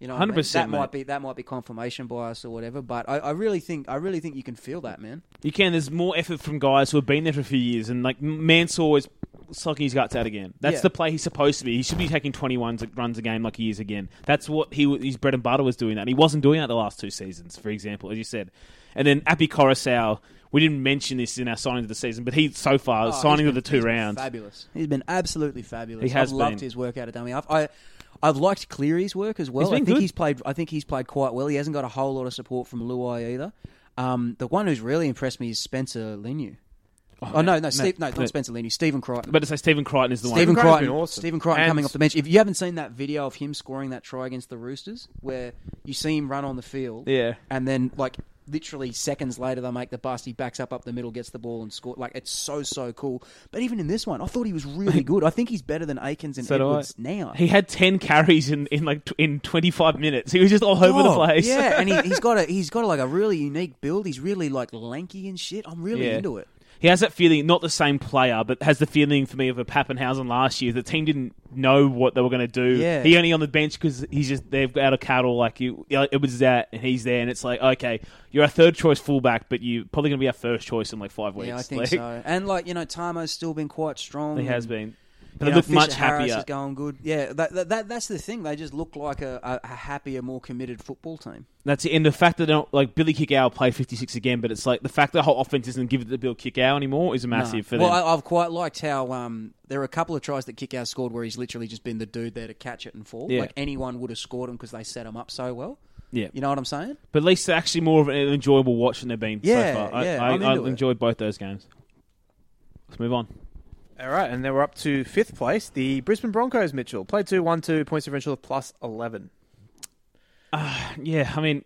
S4: You know, what I mean?
S3: 100%,
S4: that might
S3: mate.
S4: be that might be confirmation bias or whatever, but I, I really think I really think you can feel that, man.
S3: you can. There's more effort from guys who have been there for a few years, and like Mansour is sucking his guts out again. That's
S4: Yeah.
S3: the play he's supposed to be. He should be taking 21 runs a game like he is again. That's what he his bread and butter was doing that. And he wasn't doing that the last two seasons, for example, as you said. And then Appy Coruscant, we didn't mention this in our signings of the season, but he so far
S4: Oh,
S3: signing
S4: he's
S3: of the
S4: been-
S3: two
S4: he's been
S3: rounds.
S4: Fabulous. He's been absolutely fabulous.
S3: He has
S4: I've loved
S3: been.
S4: his work out of dummy. I've, I, I've liked Cleary's work as well.
S3: He's been
S4: I think
S3: good.
S4: he's played. I think he's played quite well. He hasn't got a whole lot of support from Luai either. Um, the one who's really impressed me is Spencer Linu. Oh, no, no, Steve, no, not
S3: no.
S4: Spencer Linu. Stephen Crichton.
S3: But to say Stephen Crichton is the
S4: Stephen
S3: one.
S2: Crichton's
S4: Crichton,
S2: been awesome.
S4: Stephen Crichton
S2: And-
S4: coming off the bench. If you haven't seen that video of him scoring that try against the Roosters, where you see him run on the field,
S3: Yeah.
S4: and then like literally seconds later they make the bust. He backs up up the middle, gets the ball, and scores. Like it's so so cool. But even in this one, I thought he was really good. I think he's better than Aikens and
S3: So do I.
S4: Edwards now.
S3: He had 10 carries in, in like tw- in 25 minutes. He was just all over the
S4: Dog,
S3: place.
S4: Oh, yeah, and he, he's got a he's got like a really unique build. He's really like lanky and shit. I'm really
S3: Yeah.
S4: into it.
S3: He has that feeling, not the same player, but has the feeling for me of a Pappenhausen last year. The team didn't know what they were going to do.
S4: Yeah.
S3: He only on the bench because he's just they've got out of cattle. Like you, yeah, it was that, and he's there, and it's like okay, you're our third choice fullback, but you're probably going to be our first choice in like five weeks.
S4: Yeah, I think
S3: Like,
S4: so. Mm. And like you know, Tamo's still been quite strong.
S3: He has
S4: and-
S3: been,
S4: You
S3: but they
S4: know,
S3: look
S4: Fisher
S3: much
S4: Harris
S3: happier.
S4: Is going good. Yeah, that, that, that that's the thing. They just look like a, a, a happier, more committed football team.
S3: That's it. And the fact that they don't, like Billy Kickow played 56 again, but it's like the fact that the whole offense isn't giving it to Bill Kickow anymore is massive for
S4: well,
S3: them.
S4: I, I've quite liked how um, there are a couple of tries that Kickout scored where he's literally just been the dude there to catch it and fall.
S3: Yeah.
S4: Like anyone would have scored him because they set him up so well.
S3: yeah,
S4: You know what I'm saying?
S3: but at least they're actually more of an enjoyable watch than they've been
S4: Yeah,
S3: so far.
S4: yeah,
S3: I,
S4: I'm
S3: I, I
S4: into it.
S3: enjoyed both those games. Let's move on.
S2: All right, and then we're up to fifth place, the Brisbane Broncos. Mitchell play two, one, two points differential of plus eleven.
S3: Yeah, I mean,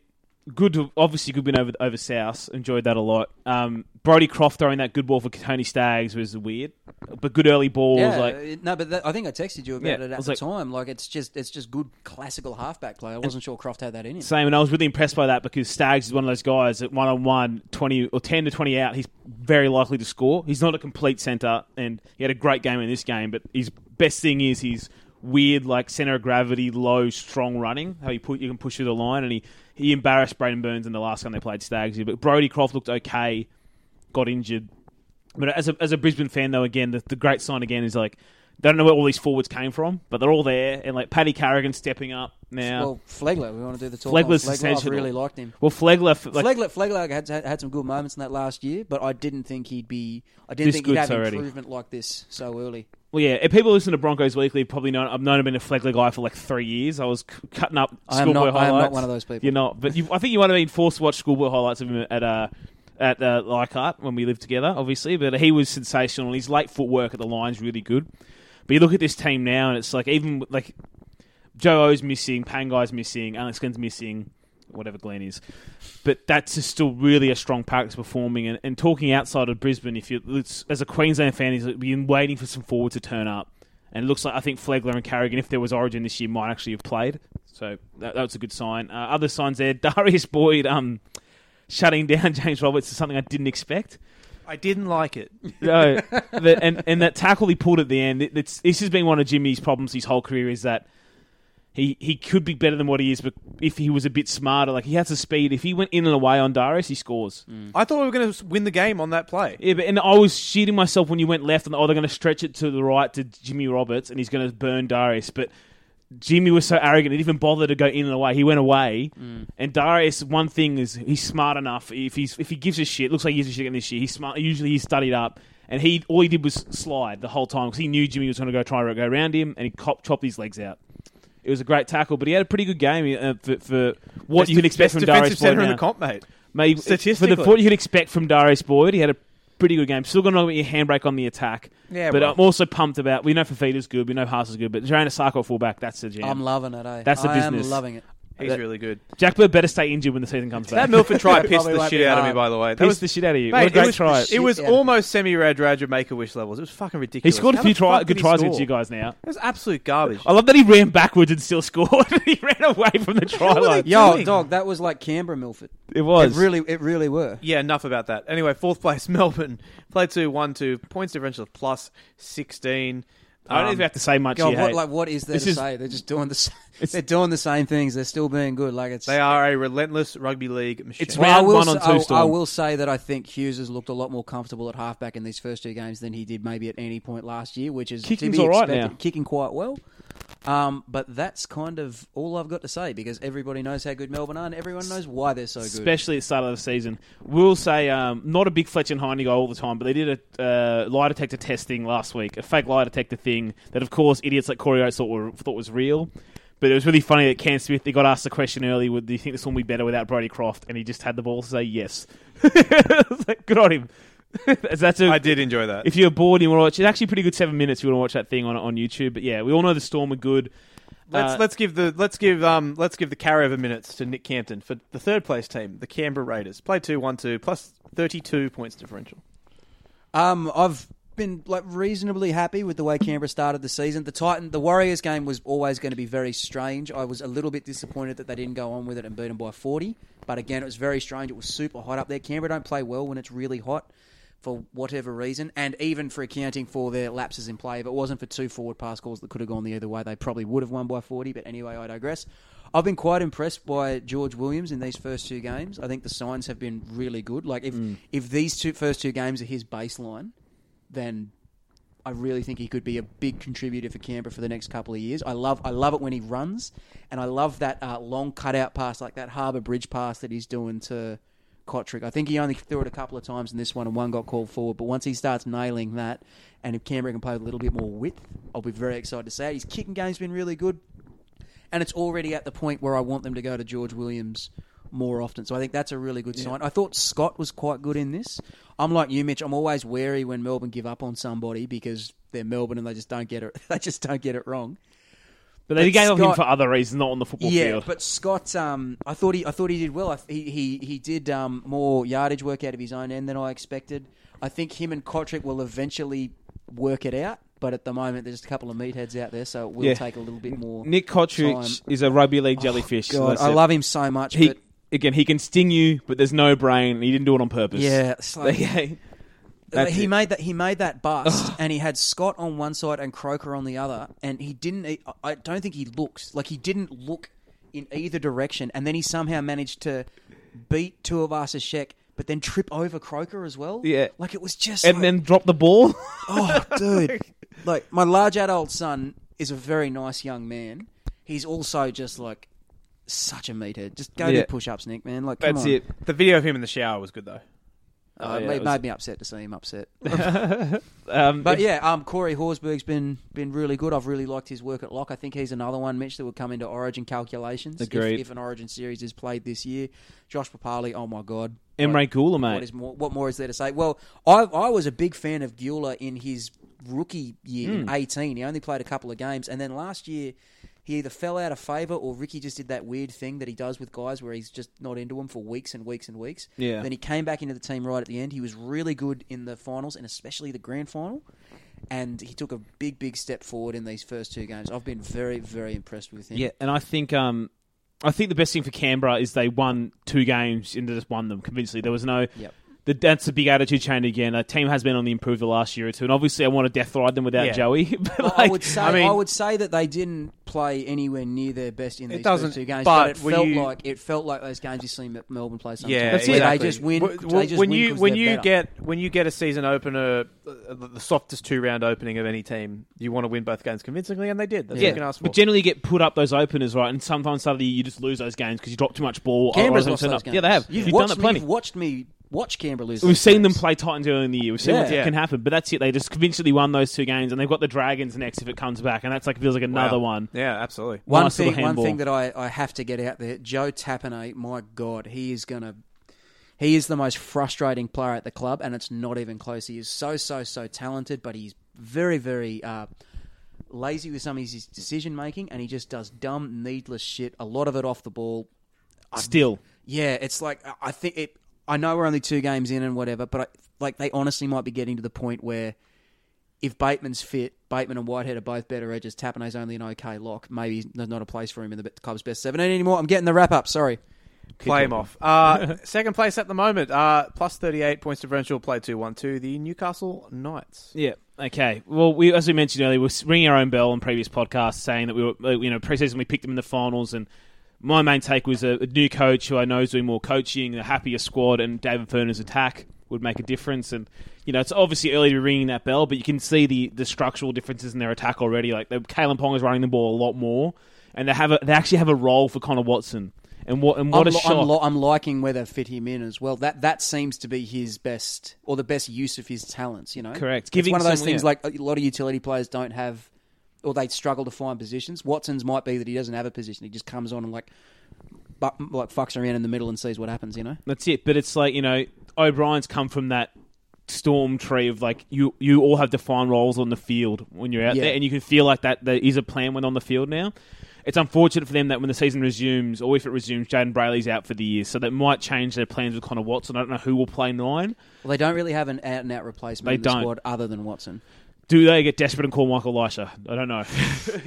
S3: good. Obviously, good win over over South. Enjoyed that a lot. Um, Brody Croft throwing that good ball for Tony Staggs was weird, but good early ball was like.
S4: it- no, but that, I think I texted you about
S3: Yeah,
S4: it
S3: I
S4: at
S3: was
S4: the
S3: like-
S4: time. Like it's just it's just good classical halfback play. I wasn't sure Croft had that in him.
S3: Same, and I was really impressed by that because Staggs is one of those guys that one on one, 20 or 10 to 20 out, he's very likely to score. He's not a complete centre, and he had a great game in this game, but his best thing is his weird, like, centre of gravity, low, strong running, how you, put, you can push through the line, and he, he embarrassed Braden Burns in the last time they played Staggs. But Brody Croft looked okay, got injured, But as a, as a Brisbane fan, though, again, the, the great sign again is like they don't know where all these forwards came from, but they're all there. And like Paddy Carrigan stepping up now. Well,
S4: Well, Flegler, we want to do the talk.
S3: Flegler's
S4: on Flegler. I
S3: sensational.
S4: really liked him.
S3: Flegler, f- like,
S4: Flegler, Flegler had, had had some good moments in that last year, but I didn't think he'd be. I didn't
S3: This
S4: think he'd
S3: good's
S4: have
S3: already.
S4: improvement like this so early.
S3: well, yeah. If people listen to Broncos Weekly, probably know I've known I've been a Flegler guy for like three years. I was c- cutting up
S4: I am
S3: schoolboy
S4: not- I
S3: highlights.
S4: am not one of those people.
S3: You're not, but you, I think you might have been forced to watch schoolboy highlights of him at uh, at uh, Leichhardt when we lived together, obviously. But he was sensational. His late footwork at the line's really good. But you look at this team now, and it's like even like Joe O's missing, Pangai's missing, Alex Glenn's missing. whatever Glenn is. But that's just still really a strong Parks performing and, and talking outside of Brisbane. If you it's, as a Queensland fan, is been waiting for some forward to turn up, and it looks like I think Flegler and Carrigan, if there was Origin this year, might actually have played. So that, that was a good sign. Uh, other signs there: Darius Boyd um, shutting down James Roberts is something I didn't expect.
S2: I didn't like it.
S3: No, the, and and that tackle he pulled at the end. It, it's, this has been one of Jimmy's problems his whole career is that he he could be better than what he is, but if he was a bit smarter, like he has the speed. If he went in and away on Darius, he scores.
S2: I thought we were going to win the game on that play.
S3: Yeah, but and I was shitting myself when you went left, and oh, they're going to stretch it to the right to Jimmy Roberts, and he's going to burn Darius, but. Jimmy was so arrogant; he didn't even bother to go in and away. He went away,
S2: Mm.
S3: and Darius. One thing is, he's smart enough. If he's if he gives a shit, looks like he gives a shit again this year. He's smart. Usually, he's studied up, and he all he did was slide the whole time because he knew Jimmy was going to go try to go around him, and he cop, chopped his legs out. It was a great tackle, but he had a pretty good game uh, for, for what
S2: Best
S3: you can
S2: def- best
S3: expect from
S2: defensive
S3: Darius Boyd.
S2: centre in
S3: now.
S2: the comp, mate.
S3: Mate,
S2: Statistically.
S3: for the what you could expect from Darius Boyd, he had a pretty good game. Still going to get your handbrake on the attack.
S2: Yeah,
S3: but
S2: well.
S3: I'm also pumped about. We know Fafita's good. We know Haas is good. But Joanna Sarko at fullback, that's the jam.
S4: I'm loving it. Eh?
S3: That's the
S4: I
S3: business.
S4: am loving it.
S2: He's
S3: That-
S2: really good.
S3: Jack Bird better stay injured when the season comes back.
S2: That Milford try pissed
S4: Probably
S2: the
S4: won't
S2: shit
S4: be
S2: out of me,
S4: hard.
S2: by the way. That
S3: Pissed
S2: was
S3: the shit out of you.
S2: Mate,
S3: what a
S2: it
S3: great
S2: was,
S3: try.
S2: It was
S4: Shit out of me.
S2: almost semi Radradja make a wish levels. It was fucking ridiculous.
S3: he scored a
S2: How
S3: few
S2: the fuck
S3: try,
S2: did
S3: good
S2: he
S3: tries
S2: score?
S3: against you guys Oh. now.
S2: It was absolute garbage.
S3: I love that he ran backwards and still scored. he ran away from the try
S2: were they
S3: line.
S4: Yo,
S2: doing?
S4: dog, that was like Canberra Milford.
S3: It was.
S4: It really, it really were.
S2: Yeah, enough about that. Anyway, fourth place, Melbourne. Play two, one, two. Points differential of plus 16.
S3: I don't
S2: Um,
S3: even have to say much
S4: God,
S3: here.
S4: what,
S3: hey.
S4: like, what is there
S3: This
S4: to
S3: is-
S4: say? They're just doing the, s-
S3: It's-
S4: they're doing the same things. They're still being good. Like it's
S2: They are a relentless rugby league machine.
S3: It's- round
S4: I will
S3: one on
S4: s-
S3: two,
S4: I- I,
S3: Storm.
S4: will say that I think Hughes has looked a lot more comfortable at halfback in these first two games than he did maybe at any point last year, which is to be
S3: Kicking's all right
S4: expected.
S3: now.
S4: Kicking quite well. Um, but that's kind of all I've got to say because everybody knows how good Melbourne are and everyone knows why they're so good.
S3: especially at the start of the season. We'll say um, not a big Fletcher and Heine guy all the time, but they did a uh, lie detector test thing last week, a fake lie detector thing that, of course, idiots like Corey Oates thought, were, thought was real. But it was really funny that Cam Smith, they got asked the question early, would do you think this one would be better without Brody Croft? And he just had the balls to say yes. It's like, Good on him. That's a,
S2: I did enjoy that.
S3: if you're bored and you want to watch, it's actually a pretty good seven minutes if you want to watch that thing on, on YouTube. But yeah, we all know the Storm are good.
S2: let's
S3: uh,
S2: let's give the let's give um let's give the carryover minutes to Nick Canton for the third place team, the Canberra Raiders. Play two, one, two, plus thirty two points differential.
S4: Um, I've been like reasonably happy with the way Canberra started the season. The Titan, the Warriors game was always going to be very strange. I was a little bit disappointed that they didn't go on with it and beat them by forty. But again, it was very strange. It was super hot up there. Canberra don't play well when it's really hot. For whatever reason, and even for accounting for their lapses in play, if it wasn't for two forward pass calls that could have gone the other way, they probably would have won by 40. But anyway, I digress. I've been quite impressed by George Williams in these first two games. I think the signs have been really good. Like if if these two first two games are his baseline, then I really think he could be a big contributor for Canberra for the next couple of years. I love I love it when he runs, and I love that uh, long cutout pass, like that Harbour Bridge pass that he's doing to Kotrick. I think he only threw it a couple of times in this one, and one got called forward. But once he starts nailing that, and if Canberra can play with a little bit more width, I'll be very excited to see it. His kicking game's been really good, and it's already at the point where I want them to go to George Williams more often. So I think that's a really good sign. I thought Scott was quite good in this. I'm like you, Mitch. I'm always wary when Melbourne give up on somebody because they're Melbourne and they just don't get it. They just don't get it wrong.
S3: But they
S4: But
S3: gave him
S4: Scott-
S3: for other reasons, not on the football
S4: yeah,
S3: field.
S4: but Scott, um, I thought he, I thought he did well. I, th- he, he, he did um, more yardage work out of his own end than I expected. I think him and Kotrick will eventually work it out, but at the moment there's just a couple of meatheads out there, so it will
S3: Yeah.
S4: take a little bit more.
S3: Nick Kotrick
S4: time.
S3: is a rugby league jellyfish. so
S4: God,
S3: that's
S4: I
S3: it.
S4: love him so much.
S3: he
S4: but
S3: again he can sting you, but there's no brain. and He didn't do it on purpose.
S4: yeah, it's like-
S3: Okay.
S4: Like,
S3: That's
S4: he
S3: it.
S4: made that he made that bust, and he had Scott on one side and Croker on the other, and he didn't. He, I- I don't think he looked like he didn't look in either direction, and then he somehow managed to beat two of Arceshek, but then trip over Croker as well.
S3: Yeah.
S4: like it was just
S3: and
S4: like-
S3: then drop the ball.
S4: oh, dude. Like, my large adult son is a very nice young man. He's also just like such a meathead. Just go
S3: Yeah.
S4: do push ups, Nick, man. Like, come
S3: That's
S4: on.
S3: it.
S2: The video of him in the shower was good though.
S4: Uh,
S3: Oh, yeah,
S4: it
S3: that
S4: made,
S3: was-
S4: made me upset to see him upset.
S3: Um,
S4: But yeah, um, Corey Horsburgh's been been really good. I've really liked his work at lock. I think he's another one, Mitch, that would come into Origin calculations if,
S3: Agreed.
S4: if an Origin series is played this year. Josh Papali, oh my god,
S3: Emre Gula,
S4: what
S3: mate.
S4: is more? What more is there to say? Well, I I was a big fan of
S3: Hmm.
S4: Gula in his rookie year, in eighteen. He only played a couple of games, and then last year he either fell out of favour or Ricky just did that weird thing that he does with guys where he's just not into them for weeks and weeks and weeks.
S3: Yeah.
S4: Then he came back into the team right at the end. He was really good in the finals and especially the grand final. And he took a big, big step forward in these first two games. I've been very, very impressed with him.
S3: Yeah, and I think um, I think the best thing for Canberra is they won two games and they just won them convincingly. There was no.
S4: Yep.
S3: The, that's a big attitude change again. Our team has been on the improve the last year or two, and obviously I want to death ride them without
S2: Yeah.
S3: Joey. but
S4: Well, I
S3: like,
S4: would say
S3: I
S4: I,
S3: mean,
S4: would say that they didn't play anywhere near their best in
S2: It
S4: these
S2: doesn't-
S4: first two games,
S2: but
S4: but, it
S2: were
S4: felt
S2: you-
S4: like it felt like those games you see Me- Melbourne play sometimes.
S2: Yeah,
S3: That's it.
S4: where they
S2: exactly.
S4: just win.
S2: W-
S4: they just
S2: when
S4: win
S2: you
S4: 'cause
S2: when
S4: they're
S2: you
S4: better.
S2: get when you get a season opener, uh, the softest two round opening of any team, you want to win both games convincingly, and they did. That's all you can
S3: yeah,
S2: ask for.
S3: but generally you get put up those openers right, and sometimes suddenly you just lose those games because you drop too much ball.
S4: Canberra's
S3: otherwise they
S4: lost
S3: turn
S4: those
S3: up.
S4: games.
S3: Yeah, they have.
S4: You've
S3: You've
S4: watched
S3: done it
S4: me,
S3: plenty.
S4: You've watched me watch Canberra lose.
S3: We've
S4: those
S3: seen them
S4: games.
S3: play Titans early in the year. We've seen what
S2: Yeah.
S3: can happen, but that's it. They just convincingly won those two games, and they've got the Dragons next if it comes back, and that's like feels like
S2: Wow.
S3: another one.
S2: Yeah, absolutely.
S4: One
S3: Nice little
S4: thing, one
S3: handball.
S4: thing that I, I have to get out there, Joe Tappanay, my God, he is gonna, he is the most frustrating player at the club, and it's not even close. He is so so so talented, but he's very very uh, lazy with some of his decision making, and he just does dumb, needless shit. A lot of it off the ball.
S3: Still,
S4: Yeah, it's like I- I think it. I know we're only two games in and whatever, but I, like they honestly might be getting to the point where if Bateman's fit, Bateman and Whitehead are both better edges. Tappanay's only an okay lock. Maybe there's not a place for him in the club's best seventeen anymore. I'm getting the wrap up. Sorry.
S2: Play him off. Uh, second place at the moment, uh, plus thirty eight points differential. Play two one two. The Newcastle Knights.
S3: Yeah. Okay. Well, we as we mentioned earlier, we we're ringing our own bell on previous podcasts, saying that we were, uh, you know, preseason we picked them in the finals, and my main take was a, a new coach who I know is doing more coaching, a happier squad, and David Ferner's attack would make a difference. And you know, it's obviously early to be ringing that bell, but you can see the the structural differences in their attack already. Like, Kalen Pong is running the ball a lot more, and they have a, they actually have a role for Connor Watson. And what and what
S4: I'm,
S3: a
S4: li-
S3: shot!
S4: I'm, li- I'm liking where they fit him in as well. That that seems to be his best or the best use of his talents. You know,
S3: Correct.
S4: It's
S3: Giving
S4: one of those
S3: someone-
S4: things
S3: yeah.
S4: like a lot of utility players don't have, or they struggle to find positions. Watson's might be that he doesn't have a position. He just comes on and like, bu- like fucks around in the middle and sees what happens. You know.
S3: That's it. But it's like you know, O'Brien's come from that storm tree of like you you all have defined roles on the field when you're out
S4: Yeah.
S3: there, and you can feel like that there is a plan when on the field now. It's unfortunate for them that when the season resumes, or if it resumes, Jaden Brayley's out for the year, so that might change their plans with Connor Watson. I don't know who will play nine.
S4: Well, they don't really have an out and out replacement
S3: They
S4: in the
S3: don't.
S4: squad other than Watson.
S3: Do they get desperate and call Michael Leisha? I don't know.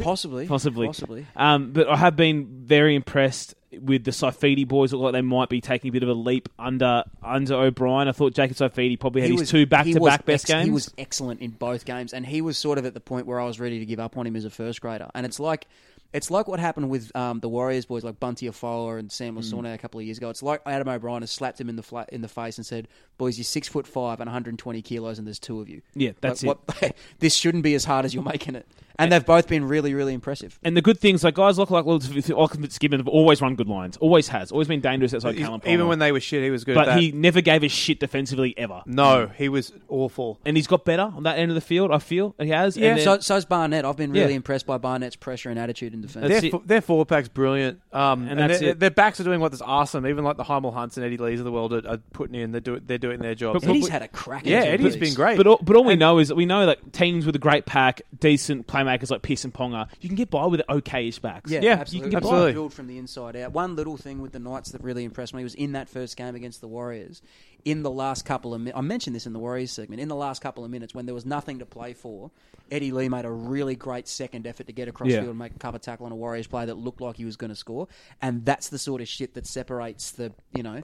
S4: Possibly.
S3: Possibly.
S4: Possibly.
S3: Um, but I have been very impressed with the Saifidi boys. Look like they might be taking a bit of a leap under under O'Brien. I thought Jacob Saifidi probably had his two back
S4: he
S3: to
S4: was
S3: back best
S4: ex-
S3: games.
S4: He was excellent in both games, and he was sort of at the point where I was ready to give up on him as a first grader. And it's like, it's like what happened with um, the Warriors boys, like Bunty Afoa and
S3: Hmm.
S4: Sam Lasorna a couple of years ago. It's like Adam O'Brien has slapped him in the fla- in the face and said, "Boys, you're six foot five and 120 kilos, and there's two of you.
S3: Yeah, that's
S4: Like, What, this shouldn't be as hard as you're making it." And they've both been really, really impressive.
S3: And the good things, like guys look like Little Gibbon have always run good lines, always has, always been dangerous outside Callum
S2: e- Even when they were shit, he was good. at
S3: but
S2: that.
S3: he never gave a shit defensively ever.
S2: no, he was awful.
S3: And he's got better on that end of the field. I feel he has.
S2: Yeah.
S3: and then-
S4: So, so's Barnett. I've been really
S3: Yeah.
S4: impressed by Barnett's pressure and attitude in defence.
S3: That's
S2: Their,
S3: it.
S2: fo- their forward pack's brilliant, um, and,
S3: that's
S2: their,
S3: it.
S2: their backs are doing what is awesome. Even like the Heimel Hunts and Eddie Lees of the world are, are putting in. They're, do- they're doing their jobs.
S3: But-
S4: Eddie's
S3: but-
S4: had a crack.
S2: yeah,
S4: at it,
S2: Eddie's
S4: please.
S2: been great.
S3: but all, but all we know is that we know that teams with a great pack, decent playmakers like Pierce and Ponga, you can get by with okayish backs.
S4: Yeah,
S2: Yeah,
S4: absolutely.
S2: you can get
S4: Absolutely.
S2: by.
S4: Build from the inside out. One little thing with the Knights that really impressed me was in that first game against the Warriors. In the last couple of, mi- I mentioned this in the Warriors segment. In the last couple of minutes, when there was nothing to play for, Eddie Lee made a really great second effort to get across
S3: Yeah.
S4: field and make a cover tackle on a Warriors player that looked like he was going to score. And that's the sort of shit that separates the, you know.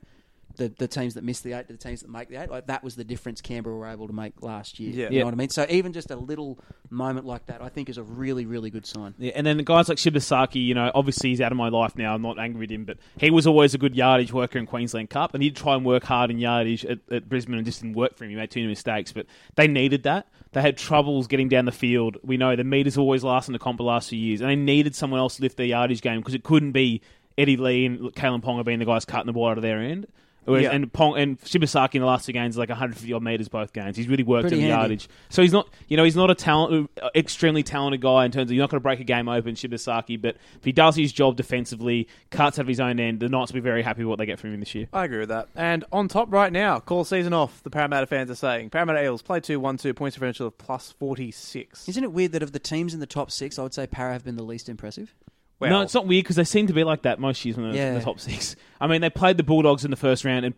S4: The, the teams that miss the eight to the teams that make the eight like that was the difference Canberra were able to make last year.
S2: Yeah.
S4: You
S3: Yeah.
S4: know what I mean? So even just a little moment like that, I think is a really really good sign.
S3: Yeah, and then guys like Shibasaki, you know, obviously he's out of my life now. I'm not angry at him, but he was always a good yardage worker in Queensland Cup, and he'd try and work hard in yardage at, at Brisbane and just didn't work for him. He made too many mistakes, but they needed that. They had troubles getting down the field. We know the meters always last in the comp the last few years, and they needed someone else to lift their yardage game because it couldn't be Eddie Lee and Kalen Ponga being the guys cutting the ball out of their end. Whereas,
S2: Yeah.
S3: And Pong and Shibasaki in the last two games is like 150 odd meters both games. He's really worked
S4: Pretty
S3: in the
S4: handy.
S3: yardage. So he's not, you know, he's not a talent, uh, extremely talented guy in terms of you're not going to break a game open, Shibasaki. But if he does his job defensively, cuts out of his own end, the Knights will be very happy with what they get from him this year.
S2: I agree with that. And on top right now, call season off. The Parramatta fans are saying Parramatta Eels play two one two points differential of plus forty six.
S4: Isn't it weird that of the teams in the top six, I would say Para have been the least impressive?
S2: Well,
S3: no, it's not weird because they seem to be like that most years when they're in
S4: Yeah.
S3: the top six. I mean, they played the Bulldogs in the first round and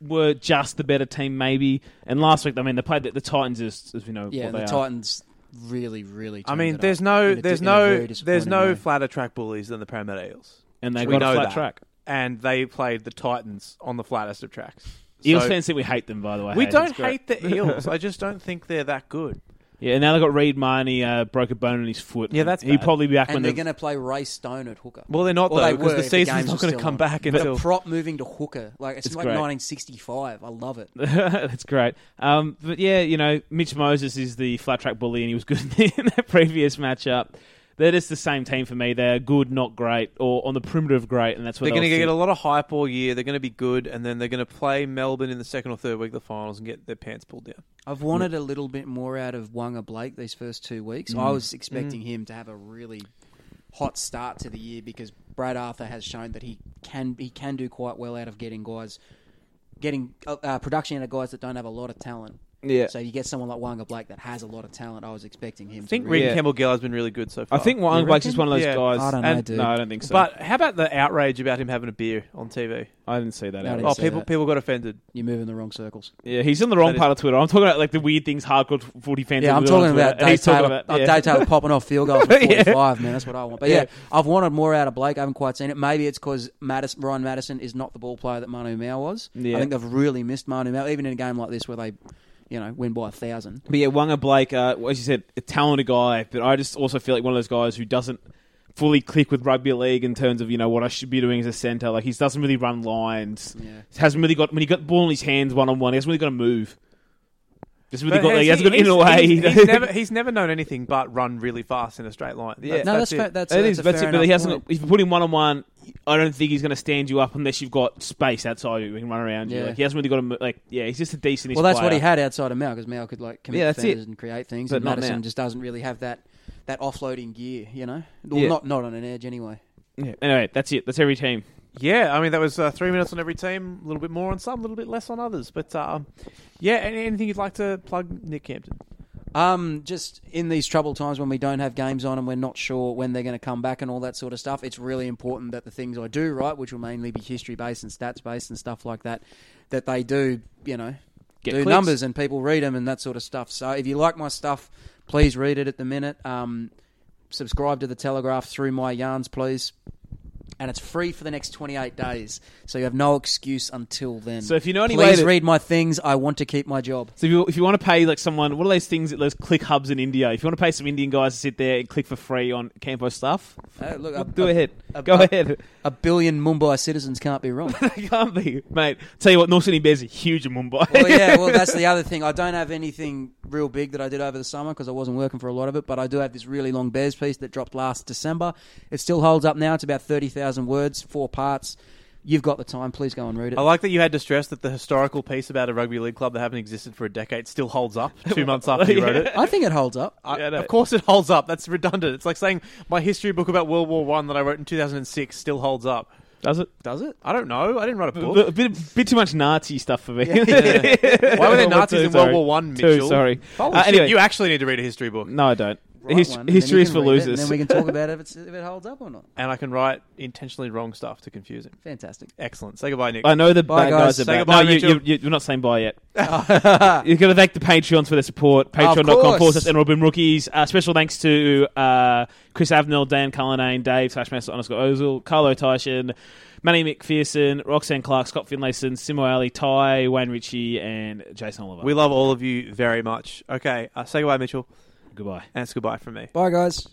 S3: were just the better team, maybe. And last week, I mean, they played the, the Titans, as, as we know.
S4: Yeah,
S3: what
S4: and the
S3: they are.
S4: Titans really, really.
S2: I
S4: turned
S2: mean,
S4: it
S2: there's
S4: up
S2: no,
S4: in a-
S2: there's
S4: in a
S2: no,
S4: very
S2: there's
S4: disappointing
S2: no
S4: way.
S2: flatter track bullies than the Parramatta Eels.
S3: and they
S2: we
S3: got a
S2: know
S3: flat
S2: that.
S3: track.
S2: and they played the Titans on the flattest of tracks.
S3: Eels
S2: So-
S3: fans think we hate them, by the way.
S2: we
S3: hey,
S2: don't
S3: it's great.
S2: hate the Eels. I just don't think they're that good.
S3: Yeah, and now they got Reed Marnie uh, broke a bone in his foot.
S2: Yeah, that's
S3: he'd
S2: bad.
S3: probably be back when
S4: and
S3: they
S4: they're going to play Ray Stone at hooker.
S2: Well, they're not
S4: Or
S2: though
S4: they
S2: because
S4: were
S2: the
S4: if
S2: season's
S4: games
S2: not
S4: are
S2: going to
S4: still
S2: come
S4: on.
S2: back
S4: But
S2: until
S4: a prop moving to hooker, like it's,
S3: It's
S4: like
S3: great.
S4: 1965. I love it.
S3: That's great. Um, but yeah, you know, Mitch Moses is the flat track bully, and he was good in that previous matchup. They're just the same team for me. They're good, not great, or on the primitive great, and that's what
S2: they're going to
S3: they'll
S2: get
S3: sit.
S2: a lot of hype all year. They're going to be good, and then they're going to play Melbourne in the second or third week of the finals and get their pants pulled down.
S4: I've wanted a little bit more out of Wonga Blake these first two weeks.
S2: Mm.
S4: I was expecting him to have a really hot start to the year because Brad Arthur has shown that he can he can do quite well out of getting guys getting uh, uh, production out of guys that don't have a lot of talent.
S3: Yeah.
S4: So you get someone like Wonga Blake that has a lot of talent. I was expecting him.
S2: I think
S4: to
S2: Reed
S4: really,
S3: Yeah.
S2: Campbell Gell's been really good so
S3: I
S2: far.
S3: think Wang Blake's just one of those
S2: Yeah.
S3: guys.
S4: I don't know,
S3: and,
S4: dude.
S3: No, I don't think so.
S2: But how about the outrage about him having a beer on TV?
S3: I didn't see that.
S4: No,
S3: at
S4: I
S3: all.
S4: didn't
S2: Oh,
S4: see
S2: people
S4: that.
S2: people got offended.
S4: you move in the wrong circles.
S3: yeah, he's on the wrong
S2: That is-
S3: part of Twitter. I'm talking about like the weird things hardcore footy fans.
S4: Yeah,
S3: are
S4: I'm
S3: doing on
S4: talking
S3: Twitter,
S4: about
S3: and
S4: Dave
S3: he's talking
S4: Taylor.
S3: about- yeah.
S4: uh, Dave Taylor popping off field goals from 45, man. That's what I want. But yeah,
S3: Yeah.
S4: I've wanted more out of Blake. I haven't quite seen it. Maybe it's because Mattis, Ryan Madison is not the ball player that Manu Mao was.
S3: Yeah.
S4: I think they've really missed Manu Mao, even in a game like this where they, you know, win by a thousand.
S3: But yeah, Wanga Blake, uh, as you said, a talented guy, but I just also feel like one of those guys who doesn't fully click with rugby league in terms of you know what I should be doing as a centre. Like he doesn't really run lines.
S4: Yeah.
S3: Hasn't really got when he got the ball in his hands one on one. He hasn't really got to move. Just really
S2: But
S3: got.
S2: has
S3: He hasn't got
S2: he's-
S3: in a way.
S2: He's, he's never, he's never known anything but run really fast in a straight line.
S3: Yeah.
S4: No, that's
S2: it. Uh,
S4: fair, that's,
S3: It
S4: that's
S3: is,
S4: a
S3: that's
S4: fair
S3: it, but he
S4: enough
S3: hasn't.
S4: point.
S3: If you put him one on one, I don't think he's going to stand you up unless you've got space outside you. He can run around you.
S4: Yeah.
S3: Like, he hasn't really got to. mo- Like yeah, he's just a decent.
S4: Well, that's what
S3: player.
S4: he had outside of Mao because Mao could like commit
S3: Yeah, that's
S4: defenders and create things,
S3: But
S4: and
S3: not
S4: Madison
S3: Mao.
S4: just doesn't really have that that offloading gear, you know. Well,
S3: Yeah.
S4: not not on an edge anyway.
S3: Yeah. Anyway, that's it. That's every team.
S2: Yeah, I mean that was uh, three minutes on every team, a little bit more on some, a little bit less on others. But um, yeah, any, anything you'd like to plug, Nick Campton?
S4: Um, just in these troubled times when we don't have games on and we're not sure when they're going to come back and all that sort of stuff, it's really important that the things I do right, which will mainly be history based and stats based and stuff like that, that they do, you know,
S3: Get
S4: do
S3: clicks.
S4: numbers and people read them and that sort of stuff. So if you like my stuff, please read it at the minute. Um, subscribe to the Telegraph through my yarns, please. And it's free for the next 28 days, so you have no excuse until then.
S3: So if you know any way
S4: please
S3: to-
S4: read my things. I want to keep my job.
S3: So if you, if you want to pay like someone, what are those things that those click hubs in India? If you want to pay some Indian guys to sit there and click for free on Campo stuff,
S4: Uh, look, I-
S3: do
S4: I-
S3: ahead.
S4: a-
S3: Go
S4: a-
S3: ahead.
S4: A billion Mumbai citizens can't be wrong.
S3: They can't be, mate. Tell you what, North Sydney Bears are huge in Mumbai.
S4: well, yeah, well, that's the other thing. I don't have anything real big that I did over the summer because I wasn't working for a lot of it, but I do have this really long Bears piece that dropped last December. It still holds up now. It's about 30,000 words, four parts. You've got the time. Please go and read it.
S2: I like that you had to stress that the historical piece about a rugby league club that haven't existed for a decade still holds up two months after you wrote it.
S4: I think it holds up.
S2: I,
S3: Yeah, no.
S2: Of course, it holds up. That's redundant. It's like saying my history book about World War One that I wrote in 2006 still holds up.
S3: Does it?
S2: Does it? I don't know. I didn't write a
S3: A
S2: book.
S3: bit, bit too much Nazi stuff for me.
S2: Why were there
S3: World
S2: Nazis in World
S3: War Two, sorry.
S2: War One,
S3: Two,
S2: Mitchell?
S3: sorry.
S2: Holy
S3: Uh,
S2: shit,
S3: anyway.
S2: you actually need to read a history book,
S3: No, I don't.
S4: Write
S3: His-
S4: one, and then
S3: history
S4: you
S3: is
S4: can
S3: for
S4: read it,
S3: losers.
S4: and then we can talk about it if, it's, if it holds up or not.
S2: and I can write intentionally wrong stuff to confuse him.
S4: Fantastic.
S2: Excellent. Say goodbye, Nick.
S3: I know the
S4: Bye,
S3: bad
S4: guys.
S3: guys, are
S4: Say
S3: back.
S2: goodbye,
S3: no, you,
S2: Mitchell.
S3: you, you- you're not saying bye yet. You've got to thank the Patreons for their support. Patreon.com forward
S4: course.
S3: slash Robin Rookies. Uh, special thanks to uh, Chris Avnell, Dan Cullinane, Dave slash Master underscore Ozil, Carlo Tyshan, Manny McPherson, Roxanne Clark, Scott Finlayson, Simo Ali, Ty, Wayne Ritchie, and Jason Oliver.
S2: We love all of you very much. Okay, uh, say goodbye, Mitchell,
S3: Goodbye.
S2: and it's goodbye from me.
S4: Bye, guys.